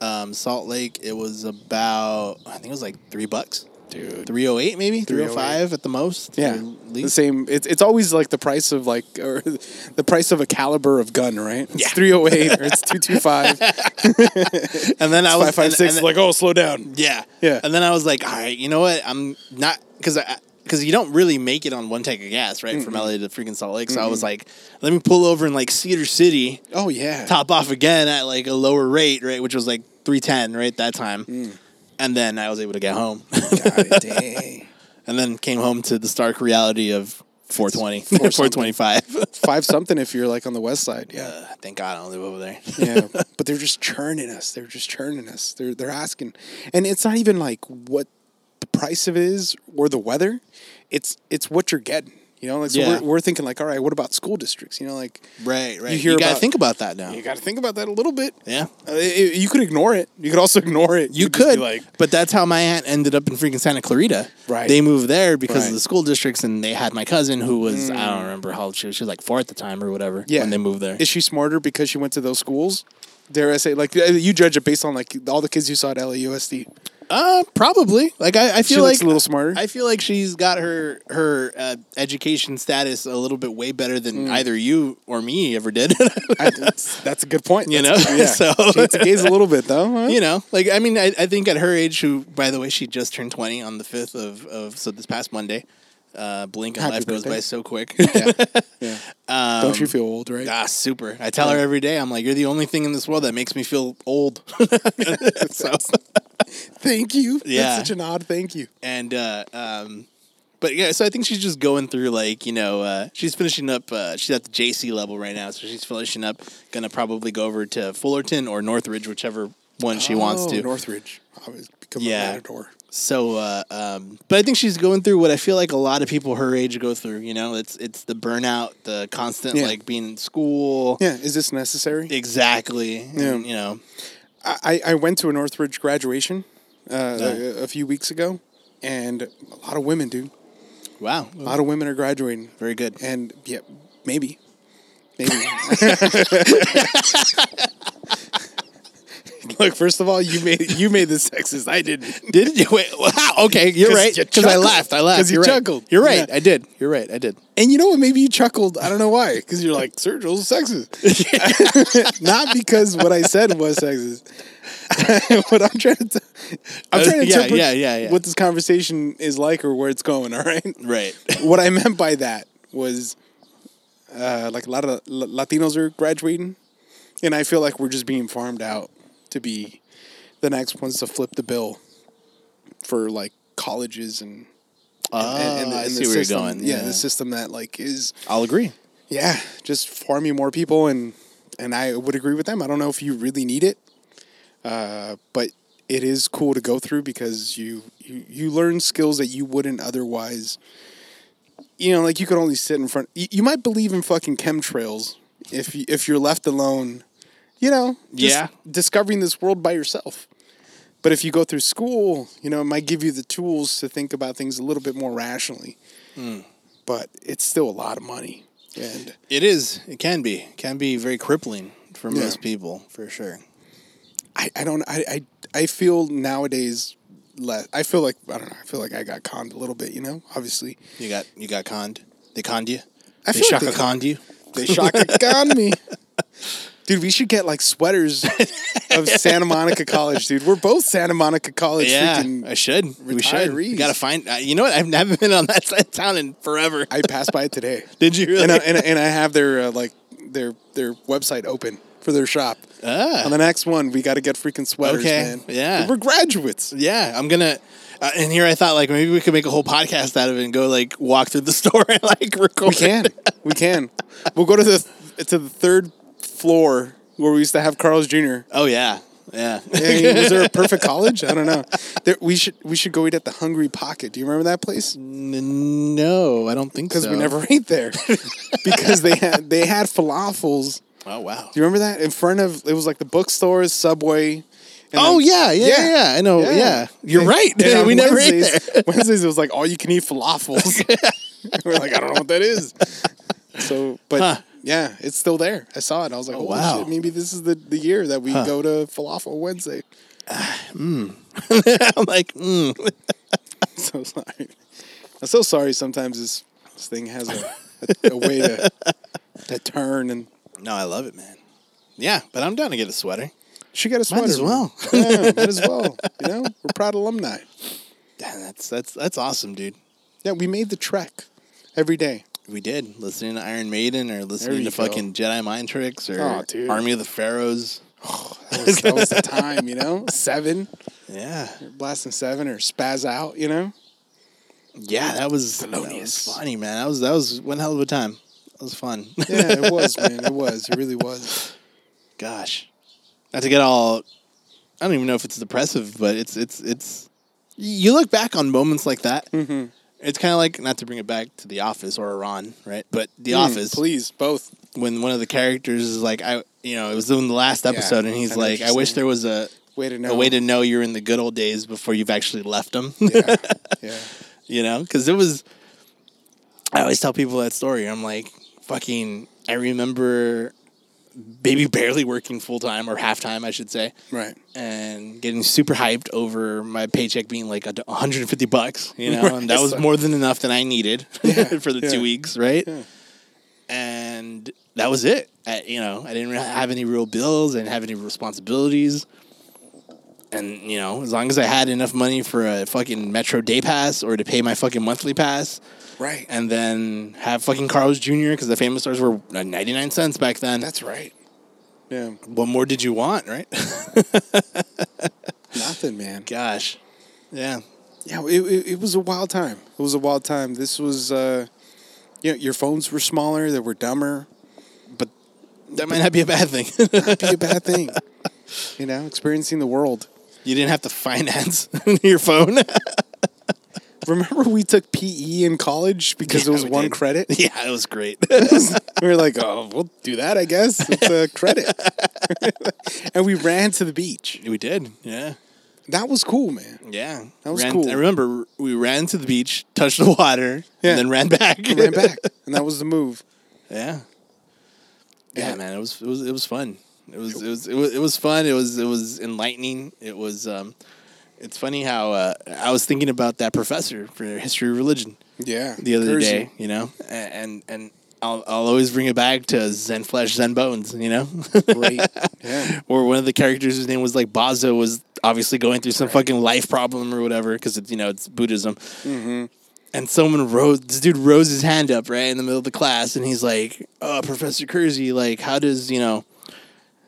[SPEAKER 2] um, Salt Lake, it was about I think it was like three bucks,
[SPEAKER 3] dude,
[SPEAKER 2] three oh eight maybe, three oh
[SPEAKER 3] 308.
[SPEAKER 2] five at the most.
[SPEAKER 3] Yeah,
[SPEAKER 2] or
[SPEAKER 3] the
[SPEAKER 2] least.
[SPEAKER 3] same. It's it's always like the price of like or the price of a caliber of gun, right? It's
[SPEAKER 2] Yeah.
[SPEAKER 3] three hundred eight or it's two two five
[SPEAKER 2] And then I was
[SPEAKER 3] five five
[SPEAKER 2] and-
[SPEAKER 3] six.
[SPEAKER 2] and-
[SPEAKER 3] Like oh, slow down.
[SPEAKER 2] Yeah.
[SPEAKER 3] Yeah.
[SPEAKER 2] And then I was like, all right, you know what? I'm not because I. Because you don't really make it on one tank of gas, right? From LA to freaking Salt Lake. So I was like, let me pull over in like Cedar City,
[SPEAKER 3] Oh yeah,
[SPEAKER 2] top off again at like a lower rate, right? Which was like 310, right? That time.
[SPEAKER 3] Mm.
[SPEAKER 2] And then I was able to get home.
[SPEAKER 3] God, dang.
[SPEAKER 2] and then came home to the stark reality of 420,
[SPEAKER 3] Four
[SPEAKER 2] 425.
[SPEAKER 3] five something if you're like on the west side. Yeah,
[SPEAKER 2] uh, thank God I don't live over there.
[SPEAKER 3] yeah. But they're just churning us. They're just churning us. They're they're asking, and it's not even like what the price of it is or the weather. It's it's what you're getting. You know, like so
[SPEAKER 2] Yeah.
[SPEAKER 3] we're, we're thinking like, all right, what about school districts? You know, like
[SPEAKER 2] Right, right.
[SPEAKER 3] You hear
[SPEAKER 2] gotta
[SPEAKER 3] about-
[SPEAKER 2] think about that now.
[SPEAKER 3] you got to think about that a little bit.
[SPEAKER 2] Yeah.
[SPEAKER 3] Uh, it- it- you could ignore it. You could also ignore it.
[SPEAKER 2] You
[SPEAKER 3] You'd just be
[SPEAKER 2] could,
[SPEAKER 3] like
[SPEAKER 2] but that's how my aunt ended up in freaking Santa Clarita.
[SPEAKER 3] Right.
[SPEAKER 2] They moved there
[SPEAKER 3] Right.
[SPEAKER 2] because
[SPEAKER 3] Mm.
[SPEAKER 2] of the school districts, and they had my cousin who was I don't remember how old she was. She was like four at the time or whatever.
[SPEAKER 3] yeah.
[SPEAKER 2] When they moved there.
[SPEAKER 3] is she smarter because she went to those schools? Dare I say, like uh, you judge it based on like all the kids you saw at LAUSD.
[SPEAKER 2] Uh, probably. Like I, I feel
[SPEAKER 3] She
[SPEAKER 2] like
[SPEAKER 3] looks a little smarter.
[SPEAKER 2] I feel like she's got her her uh, education status a little bit way better than
[SPEAKER 3] Mm.
[SPEAKER 2] either you or me ever did.
[SPEAKER 3] I, that's, that's a good point.
[SPEAKER 2] You
[SPEAKER 3] That's-
[SPEAKER 2] know?
[SPEAKER 3] yeah.
[SPEAKER 2] So-
[SPEAKER 3] she hits the gaze a little bit though. huh?
[SPEAKER 2] you know, like I mean, I, I think at her age, who by the way, she just turned twenty on the fifth of, of so this past Monday. Uh, blink and
[SPEAKER 3] Happy
[SPEAKER 2] life goes
[SPEAKER 3] birthday.
[SPEAKER 2] by so quick.
[SPEAKER 3] Yeah. yeah.
[SPEAKER 2] Um,
[SPEAKER 3] Don't you feel old, right?
[SPEAKER 2] Ah, super. I tell her every day, I'm like, you're the only thing in this world that makes me feel old. so,
[SPEAKER 3] Thank you.
[SPEAKER 2] Yeah.
[SPEAKER 3] That's such an odd thank you.
[SPEAKER 2] and, uh, um, but yeah, so I think she's just going through like, you know, uh, she's finishing up, uh, she's at the JC level right now. So she's finishing up, gonna probably go over to Fullerton or Northridge, whichever one she wants
[SPEAKER 3] Oh,
[SPEAKER 2] to.
[SPEAKER 3] Northridge. I was become
[SPEAKER 2] Yeah.
[SPEAKER 3] a matador.
[SPEAKER 2] So, uh, um, but I think she's going through what I feel like a lot of people her age go through. You know, it's it's the burnout, the constant
[SPEAKER 3] Yeah.
[SPEAKER 2] like being in school.
[SPEAKER 3] Yeah. Is this necessary?
[SPEAKER 2] Exactly. And, you know.
[SPEAKER 3] I, I went to a Northridge graduation uh,
[SPEAKER 2] Yeah.
[SPEAKER 3] a, a few weeks ago, and a lot of women, dude.
[SPEAKER 2] Wow.
[SPEAKER 3] A lot of women are graduating.
[SPEAKER 2] Very good.
[SPEAKER 3] And yeah, maybe. Maybe. Look, first of all, you made you made this sexist. I didn't.
[SPEAKER 2] Did you? Wait, wow. Okay, you're
[SPEAKER 3] 'Cause
[SPEAKER 2] right.
[SPEAKER 3] you
[SPEAKER 2] Because I
[SPEAKER 3] chuckled.
[SPEAKER 2] laughed. I laughed.
[SPEAKER 3] 'Cause you
[SPEAKER 2] You're right.
[SPEAKER 3] chuckled.
[SPEAKER 2] You're right.
[SPEAKER 3] Yeah.
[SPEAKER 2] I did. You're right. I did.
[SPEAKER 3] And you know what? Maybe you chuckled. I don't know why. Because you're like, Sir Joel's sexist. Not because what I said was sexist. what I'm trying to, t- I'm
[SPEAKER 2] Uh,
[SPEAKER 3] trying to
[SPEAKER 2] yeah,
[SPEAKER 3] interpret
[SPEAKER 2] yeah, yeah, yeah.
[SPEAKER 3] what this conversation is like or where it's going. All right.
[SPEAKER 2] Right.
[SPEAKER 3] what I meant by that was, uh, like a lot of L- Latinos are graduating, and I feel like we're just being farmed out to be the next ones to flip the bill for like colleges and
[SPEAKER 2] Ah, I see where you're
[SPEAKER 3] system,
[SPEAKER 2] going.
[SPEAKER 3] Yeah.
[SPEAKER 2] Yeah.
[SPEAKER 3] the system that like is
[SPEAKER 2] I'll agree.
[SPEAKER 3] yeah, just farming more people and and I would agree with them. I don't know if you really need it, uh, but it is cool to go through because you you you learn skills that you wouldn't otherwise. You know, like you could only sit in front. You, you might believe in fucking chemtrails if you, if you're left alone. You know, just
[SPEAKER 2] Yeah.
[SPEAKER 3] discovering this world by yourself. But if you go through school, you know, it might give you the tools to think about things a little bit more rationally. But it's still a lot of money. And
[SPEAKER 2] It is. It can be. It can be very crippling for
[SPEAKER 3] Yeah.
[SPEAKER 2] most people, for sure.
[SPEAKER 3] I, I don't I, I I feel nowadays less I feel like I don't know, I feel like I got conned a little bit, you know, obviously.
[SPEAKER 2] You got you got conned. They conned you.
[SPEAKER 3] I
[SPEAKER 2] they
[SPEAKER 3] feel like
[SPEAKER 2] shaka
[SPEAKER 3] they con-
[SPEAKER 2] conned you.
[SPEAKER 3] They shaka conned me. Dude, we should get like sweaters of Santa Monica College, dude. We're both Santa Monica College
[SPEAKER 2] Yeah, I
[SPEAKER 3] freaking
[SPEAKER 2] should. We should. We
[SPEAKER 3] retirees.
[SPEAKER 2] gotta find. Uh, you know what? I've never been on that side of town in forever.
[SPEAKER 3] I passed by it today.
[SPEAKER 2] Did you really?
[SPEAKER 3] And I, and, I- and I have their uh, like their their website open for their shop.
[SPEAKER 2] Ah.
[SPEAKER 3] On the next one, we got to get freaking sweaters,
[SPEAKER 2] Okay,
[SPEAKER 3] man.
[SPEAKER 2] yeah.
[SPEAKER 3] We're graduates.
[SPEAKER 2] yeah, I'm gonna. Uh, and here I thought like maybe we could make a whole podcast out of it and go like walk through the store and like record.
[SPEAKER 3] We can. We can. We'll go to the to the third floor where we used to have Carl's Jr.
[SPEAKER 2] Oh yeah, yeah.
[SPEAKER 3] I mean, was there a perfect college? I don't know. There, we should we should go eat at the Hungry Pocket. Do you remember that place?
[SPEAKER 2] N- no, I don't think
[SPEAKER 3] Because
[SPEAKER 2] so.
[SPEAKER 3] we never ate there. because they had they had falafels.
[SPEAKER 2] Oh wow.
[SPEAKER 3] Do you remember that in front of it was like the bookstores, Subway. and
[SPEAKER 2] Oh
[SPEAKER 3] then-
[SPEAKER 2] yeah, yeah, yeah, I know. Oh, Yeah, you're right.
[SPEAKER 3] And on
[SPEAKER 2] we never ate
[SPEAKER 3] Wednesdays,
[SPEAKER 2] there.
[SPEAKER 3] Wednesdays it was like all you can eat falafels. We're like, I don't know what that is. So, but
[SPEAKER 2] Huh.
[SPEAKER 3] yeah, it's still there. I saw it. I was like, oh,
[SPEAKER 2] wow.
[SPEAKER 3] wow. Shit, maybe this is the, the year that we go to falafel Wednesday.
[SPEAKER 2] I'm like, mm.
[SPEAKER 3] So sorry. I'm so sorry. Sometimes this this thing has a, a, a way to to turn and
[SPEAKER 2] no, I love it, man. Yeah, but I'm down to get a sweater.
[SPEAKER 3] she got a sweater.
[SPEAKER 2] as well.
[SPEAKER 3] man. yeah, might as well. You know, we're proud alumni.
[SPEAKER 2] Damn, that's that's that's awesome, dude.
[SPEAKER 3] Yeah, we made the trek every day.
[SPEAKER 2] We did listening to Iron Maiden or listening
[SPEAKER 3] you
[SPEAKER 2] to
[SPEAKER 3] go.
[SPEAKER 2] fucking Jedi Mind Tricks or
[SPEAKER 3] Aw, dude.
[SPEAKER 2] Army of the Pharaohs.
[SPEAKER 3] That was, that was the time. You know, seven.
[SPEAKER 2] Yeah,
[SPEAKER 3] blasting seven or spaz out, you know?
[SPEAKER 2] yeah, that was
[SPEAKER 3] Thelonious.
[SPEAKER 2] that was funny, man. That was that was one hell of a time. That was fun.
[SPEAKER 3] Yeah, it was, man. It was. It really was.
[SPEAKER 2] Gosh, not to get all. I don't even know if it's depressive, but it's it's it's. You look back on moments like that. Mm-hmm. It's kind of like not to bring it back to The Office or Iran, right? But The Office,
[SPEAKER 3] Mm. Hmm, Please, both.
[SPEAKER 2] when one of the characters is like, I, you know, it was in the last episode, and he's
[SPEAKER 3] I know what
[SPEAKER 2] like,
[SPEAKER 3] you're
[SPEAKER 2] I wish
[SPEAKER 3] saying.
[SPEAKER 2] there was a
[SPEAKER 3] Way to know.
[SPEAKER 2] a way to know you're in the good old days before you've actually left them.
[SPEAKER 3] Yeah. yeah.
[SPEAKER 2] you know, because it was. I always tell people that story. I'm like, fucking, I remember, maybe barely working full time or half time, I should say,
[SPEAKER 3] Right.
[SPEAKER 2] and getting super hyped over my paycheck being like a d- 150 bucks. You know, and that
[SPEAKER 3] Right.
[SPEAKER 2] was more than enough than I needed
[SPEAKER 3] Yeah,
[SPEAKER 2] for the
[SPEAKER 3] yeah.
[SPEAKER 2] two weeks, right? And that was it. I, you know, I didn't re- have any real bills. I didn't have any responsibilities. And you know, as long as I had enough money for a fucking Metro day pass or to pay my fucking monthly pass,
[SPEAKER 3] Right.
[SPEAKER 2] and then have fucking Carl's Jr. because the famous stars were uh, 99 cents back then.
[SPEAKER 3] That's right. Yeah.
[SPEAKER 2] what more did you want, right?
[SPEAKER 3] Nothing, man.
[SPEAKER 2] Gosh, yeah.
[SPEAKER 3] Yeah, it, it, it was a wild time. It was a wild time. This was, uh, you know, your phones were smaller, they were dumber. But
[SPEAKER 2] That might not be a bad thing.
[SPEAKER 3] that'd be a bad thing. You know, experiencing the world.
[SPEAKER 2] you didn't have to finance your phone.
[SPEAKER 3] Remember we took PE in college because it
[SPEAKER 2] Yeah,
[SPEAKER 3] was
[SPEAKER 2] we
[SPEAKER 3] one
[SPEAKER 2] did.
[SPEAKER 3] credit?
[SPEAKER 2] yeah, it was great.
[SPEAKER 3] we were like, oh, we'll do that, I guess. It's a credit. and we ran to the beach.
[SPEAKER 2] we did. Yeah.
[SPEAKER 3] That was cool, man.
[SPEAKER 2] Yeah.
[SPEAKER 3] That was
[SPEAKER 2] Ran-
[SPEAKER 3] cool.
[SPEAKER 2] I remember we ran to the beach, touched the water,
[SPEAKER 3] Yeah.
[SPEAKER 2] and then ran back.
[SPEAKER 3] We ran back, and that was the move.
[SPEAKER 2] yeah. yeah.
[SPEAKER 3] Yeah.
[SPEAKER 2] man. It was it was it was fun. It was it was it was, it was fun. It was it was enlightening. It was. Um, it's funny how uh, I was thinking about that professor for history of religion
[SPEAKER 3] Yeah.
[SPEAKER 2] the other
[SPEAKER 3] Curse
[SPEAKER 2] day. You know, A- and and I'll I'll always bring it back to Zen Flesh Zen Bones. You know,
[SPEAKER 3] you. Great. yeah.
[SPEAKER 2] or one of the characters whose name was like Bazo was obviously going through some fucking life problem or whatever because you know it's Buddhism. And someone rose this dude rose his hand up right in the middle of the class, and he's like, "Oh, Professor Kersey, like, how does you know,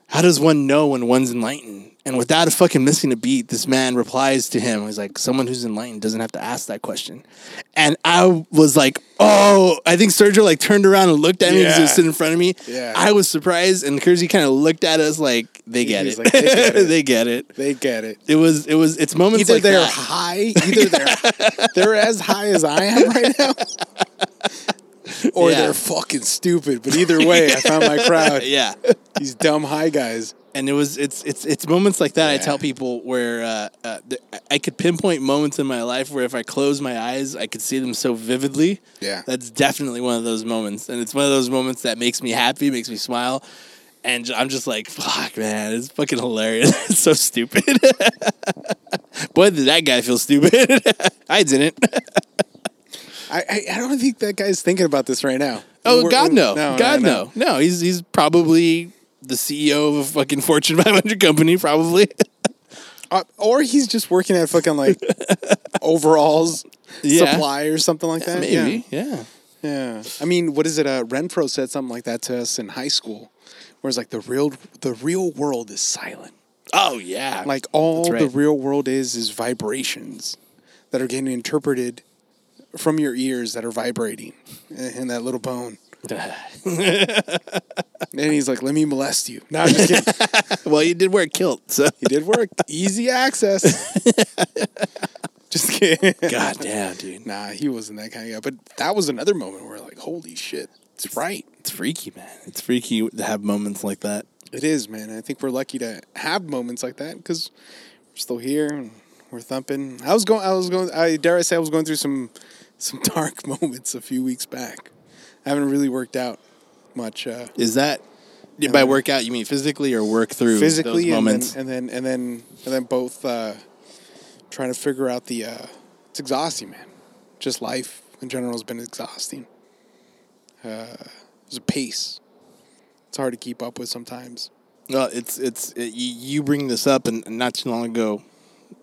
[SPEAKER 2] how does one know when one's enlightened?" And without a fucking missing a beat, this man replies to him. He's like, "Someone who's enlightened doesn't have to ask that question." And I was like, "Oh!" I think Sergio like turned around and looked at me because he was
[SPEAKER 3] Yeah.
[SPEAKER 2] sitting in front of me.
[SPEAKER 3] Yeah.
[SPEAKER 2] I was surprised, and Kersey kind of looked at us like they get
[SPEAKER 3] He's
[SPEAKER 2] it.
[SPEAKER 3] like, "They get it."
[SPEAKER 2] they get it.
[SPEAKER 3] They get it.
[SPEAKER 2] It was it was it's moments
[SPEAKER 3] Either
[SPEAKER 2] like
[SPEAKER 3] they're
[SPEAKER 2] that.
[SPEAKER 3] high, either they're they're as high as I am right now. Or
[SPEAKER 2] Yeah.
[SPEAKER 3] they're fucking stupid, but either way, I found my crowd.
[SPEAKER 2] yeah,
[SPEAKER 3] These dumb high guys.
[SPEAKER 2] and it was it's it's it's moments like that. I
[SPEAKER 3] Yeah.
[SPEAKER 2] tell people where uh, uh, th- I could pinpoint moments in my life where if I close my eyes, I could see them so vividly.
[SPEAKER 3] Yeah.
[SPEAKER 2] that's definitely one of those moments, and it's one of those moments that makes me happy, makes me smile. And j- I'm just like, fuck, man, it's fucking hilarious. it's so stupid. Boy, did that guy feel stupid. I didn't.
[SPEAKER 3] I, I, I don't think that guy's thinking about this right now.
[SPEAKER 2] Oh
[SPEAKER 3] We're-
[SPEAKER 2] God,
[SPEAKER 3] we're-
[SPEAKER 2] no. God,
[SPEAKER 3] no, no.
[SPEAKER 2] no. no. he's he's probably the CEO of a fucking Fortune 500 company, probably.
[SPEAKER 3] Uh, or he's just working at fucking like overalls
[SPEAKER 2] Yeah.
[SPEAKER 3] supply or something like that.
[SPEAKER 2] Maybe, yeah.
[SPEAKER 3] Yeah. yeah. I mean, what is it? Uh, Renfro said something like that to us in high school, where it's like the real the real world is silent.
[SPEAKER 2] Oh yeah.
[SPEAKER 3] Like all
[SPEAKER 2] That's
[SPEAKER 3] the
[SPEAKER 2] right.
[SPEAKER 3] real world is is vibrations that are getting interpreted from your ears that are vibrating in in that little bone. And he's like, "Let me molest you." No, I'm just kidding.
[SPEAKER 2] well, you did wear a kilt, so
[SPEAKER 3] he did work. Easy access. just kidding.
[SPEAKER 2] God damn, dude,
[SPEAKER 3] Nah, he wasn't that kind of guy. But that was another moment where like, holy shit, it's right.
[SPEAKER 2] it's freaky, man. It's freaky to have moments like that.
[SPEAKER 3] It is, man. I think we're lucky to have moments like that because we're still here and we're thumping. I was going. I was going. I dare I say I was going through some some dark moments a few weeks back. I haven't really worked out much uh,
[SPEAKER 2] Is that by workout? You mean physically or work through
[SPEAKER 3] physically,
[SPEAKER 2] those
[SPEAKER 3] and then,
[SPEAKER 2] moments?
[SPEAKER 3] and then and then and then both uh, trying to figure out the. Uh, it's exhausting, man. Just life in general has been exhausting. Uh, there's a pace. It's hard to keep up with sometimes.
[SPEAKER 2] well, it's it's it, you, you bring this up, and and not too long ago,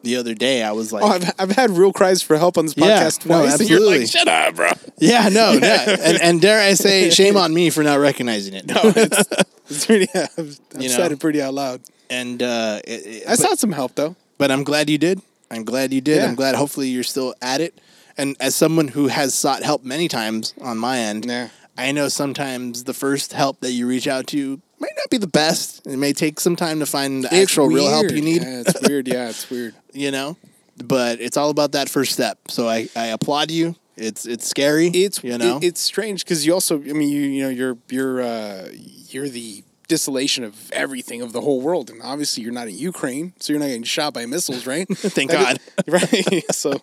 [SPEAKER 2] the other day, I was like,
[SPEAKER 3] Oh, I've, I've had real cries for help on this
[SPEAKER 2] Yeah,
[SPEAKER 3] podcast
[SPEAKER 2] no,
[SPEAKER 3] twice. and you're
[SPEAKER 2] absolutely.
[SPEAKER 3] like, shut up, bro.
[SPEAKER 2] yeah, no, no, and, and dare I say, shame on me for not recognizing it. No,
[SPEAKER 3] It's pretty, I've, I've
[SPEAKER 2] You know?
[SPEAKER 3] said it pretty out loud.
[SPEAKER 2] and uh, it, it,
[SPEAKER 3] I
[SPEAKER 2] but-
[SPEAKER 3] sought some help, though.
[SPEAKER 2] but I'm glad you did. I'm glad you did.
[SPEAKER 3] Yeah.
[SPEAKER 2] I'm glad. Hopefully, you're still at it. And as someone who has sought help many times on my end,
[SPEAKER 3] Yeah.
[SPEAKER 2] I know sometimes the first help that you reach out to might not be the best. It may take some time to find the actual real help
[SPEAKER 3] weird.
[SPEAKER 2] you need.
[SPEAKER 3] Yeah, it's weird. Yeah, it's weird.
[SPEAKER 2] You know, but it's all about that first step. So I, I applaud you. It's it's scary.
[SPEAKER 3] It's
[SPEAKER 2] you know
[SPEAKER 3] it- it's strange because you also, I mean, you you know, you're you're uh, you're the distillation of everything of the whole world, and obviously you're not in Ukraine, so you're not getting shot by missiles, right?
[SPEAKER 2] Thank
[SPEAKER 3] That is- right? so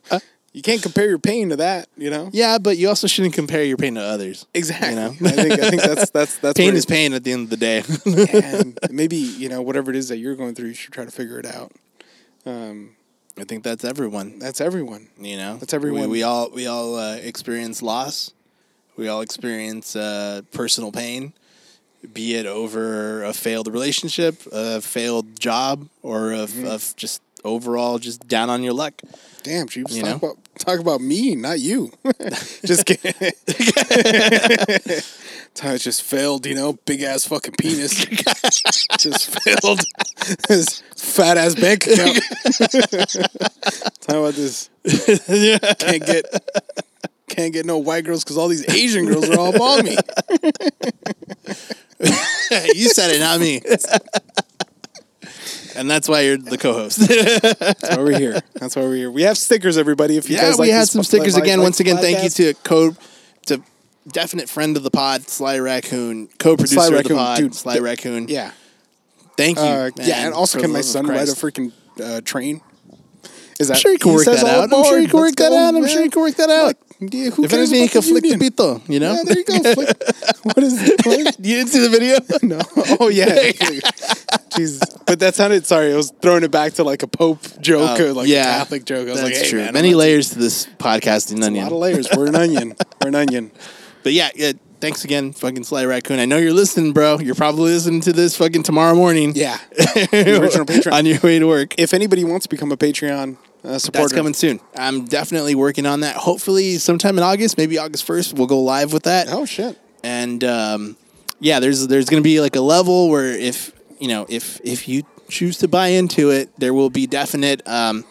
[SPEAKER 3] you can't compare your pain to that, you know.
[SPEAKER 2] yeah, but you also shouldn't compare your pain to others.
[SPEAKER 3] Exactly.
[SPEAKER 2] You know?
[SPEAKER 3] I think I think that's that's that's
[SPEAKER 2] Pain
[SPEAKER 3] where
[SPEAKER 2] is
[SPEAKER 3] it-
[SPEAKER 2] pain at the end of the day.
[SPEAKER 3] and maybe you know whatever it is that you're going through, you should try to figure it out.
[SPEAKER 2] I think that's everyone.
[SPEAKER 3] That's everyone.
[SPEAKER 2] You know,
[SPEAKER 3] That's everyone.
[SPEAKER 2] We, we all we all uh, experience loss. We all experience uh, personal pain, be it over a failed relationship, a failed job, or of, of just overall just down on your luck.
[SPEAKER 3] Damn, she was
[SPEAKER 2] You
[SPEAKER 3] talking
[SPEAKER 2] know?
[SPEAKER 3] about talk about me, not you. just kidding. Thomas just failed, you know, big ass fucking penis. just failed. His fat ass bank account. Talking about this. Can't get can't get no white girls because all these Asian girls are all up on me.
[SPEAKER 2] you said it, not me. and that's why you're the co-host.
[SPEAKER 3] That's why we're here. That's why we're here. We have stickers, everybody. If you
[SPEAKER 2] yeah,
[SPEAKER 3] guys
[SPEAKER 2] we
[SPEAKER 3] like
[SPEAKER 2] had
[SPEAKER 3] this
[SPEAKER 2] some
[SPEAKER 3] po-
[SPEAKER 2] stickers
[SPEAKER 3] like-
[SPEAKER 2] again.
[SPEAKER 3] like
[SPEAKER 2] Once again,
[SPEAKER 3] podcast,
[SPEAKER 2] thank you to co to definite friend of the pod, Sly Raccoon, co-producer
[SPEAKER 3] Sly
[SPEAKER 2] of the
[SPEAKER 3] Raccoon,
[SPEAKER 2] pod,
[SPEAKER 3] dude,
[SPEAKER 2] Sly
[SPEAKER 3] th-
[SPEAKER 2] Raccoon.
[SPEAKER 3] yeah.
[SPEAKER 2] thank you.
[SPEAKER 3] Uh, yeah,
[SPEAKER 2] man,
[SPEAKER 3] and also,
[SPEAKER 2] for
[SPEAKER 3] can
[SPEAKER 2] the
[SPEAKER 3] my
[SPEAKER 2] love of
[SPEAKER 3] son ride a
[SPEAKER 2] Christ.
[SPEAKER 3] freaking uh, train? Is that
[SPEAKER 2] I'm sure you can
[SPEAKER 3] he
[SPEAKER 2] work
[SPEAKER 3] says
[SPEAKER 2] that
[SPEAKER 3] all
[SPEAKER 2] out. I'm sure you
[SPEAKER 3] aboard,
[SPEAKER 2] can work
[SPEAKER 3] let's
[SPEAKER 2] that
[SPEAKER 3] go,
[SPEAKER 2] out. I'm
[SPEAKER 3] man.
[SPEAKER 2] sure you can work that out.
[SPEAKER 3] Yeah, who
[SPEAKER 2] If
[SPEAKER 3] cares
[SPEAKER 2] anything, you
[SPEAKER 3] about
[SPEAKER 2] can
[SPEAKER 3] the
[SPEAKER 2] flick the
[SPEAKER 3] union?
[SPEAKER 2] pito, you know?
[SPEAKER 3] Yeah, there you go. Flick. what is what?
[SPEAKER 2] You didn't see the video?
[SPEAKER 3] No. Oh yeah. Jesus. But that sounded Oh, sorry. I was throwing it back to like a Pope joke or like
[SPEAKER 2] Oh, yeah,
[SPEAKER 3] a Catholic joke. I was
[SPEAKER 2] That's
[SPEAKER 3] like, hey,
[SPEAKER 2] true.
[SPEAKER 3] man,
[SPEAKER 2] Many
[SPEAKER 3] I'm a-
[SPEAKER 2] layers to this podcasting
[SPEAKER 3] A
[SPEAKER 2] onion.
[SPEAKER 3] lot of layers. We're an onion. We're an onion.
[SPEAKER 2] But yeah, yeah, thanks again, fucking Sly Raccoon. I know you're listening, bro. You're probably listening to this fucking tomorrow morning.
[SPEAKER 3] Yeah. original Patreon.
[SPEAKER 2] on your way to work.
[SPEAKER 3] If anybody wants to become a Patreon uh, supporter,
[SPEAKER 2] That's coming soon. I'm definitely working on that. Hopefully, sometime in August, maybe August first, we'll go live with that.
[SPEAKER 3] Oh shit.
[SPEAKER 2] And um, yeah, there's there's going to be like a level where if you know if if you choose to buy into it, there will be definite um,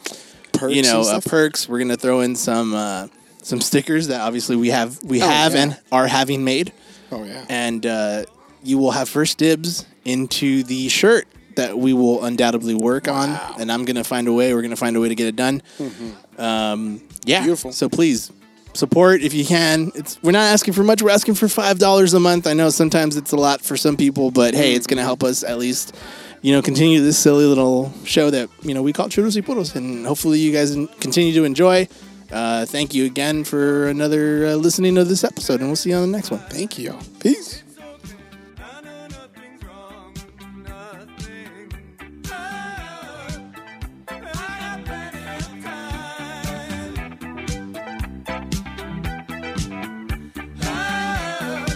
[SPEAKER 3] Perks
[SPEAKER 2] you
[SPEAKER 3] and
[SPEAKER 2] know uh,
[SPEAKER 3] stuff?
[SPEAKER 2] perks. We're going to throw in some uh, some stickers that obviously we have we
[SPEAKER 3] Oh,
[SPEAKER 2] have
[SPEAKER 3] yeah.
[SPEAKER 2] and are having made,
[SPEAKER 3] Oh yeah.
[SPEAKER 2] and uh, you will have first dibs into the shirt. That we will undoubtedly work on, and I'm gonna find a way. We're gonna find a way to get it done. Um, Yeah.
[SPEAKER 3] Mm-hmm. Beautiful.
[SPEAKER 2] So please support if you can. It's we're not asking for much. We're asking for five dollars a month. I know sometimes it's a lot for some people, but hey, it's gonna help us at least, you know, continue this silly little show that you know we call Churros y Puros, and hopefully you guys en- continue to enjoy. Uh, thank you again for another uh, listening to this episode, and we'll see you on the next one.
[SPEAKER 3] Thank you. Peace.
[SPEAKER 4] I know nothing's wrong, nothing. Oh, I have plenty of time. Oh,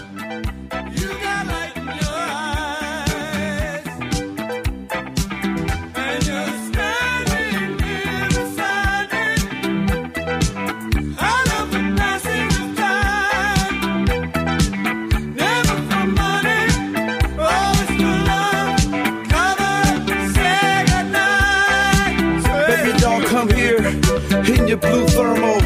[SPEAKER 4] you got light in your eyes, and you're standing here beside me. I love the passing of time. Never for money, always for love. Cover, say goodnight.
[SPEAKER 1] Baby doll, come here in your blue thermal.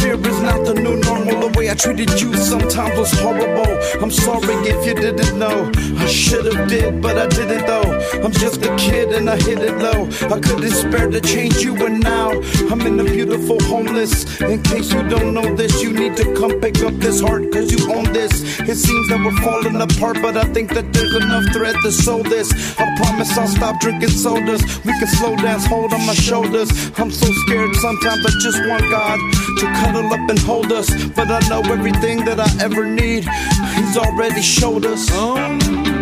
[SPEAKER 1] Fear is not the new normal. The way I treated you sometimes was horrible. I'm sorry if you didn't know. I should have did, but I didn't though. I'm just a kid and I hit it low. I couldn't spare to change you, and now I'm in the beautiful homeless. In case you don't know this, you need to come pick up this heart, cause you own this. It seems that we're falling apart, but I think that there's enough thread to sew this. I promise I'll stop drinking sodas. We can slow dance, hold on my shoulders. I'm so scared sometimes I just want God to cuddle up and hold us. But I know everything that I ever need, He's already showed us.
[SPEAKER 4] Oh,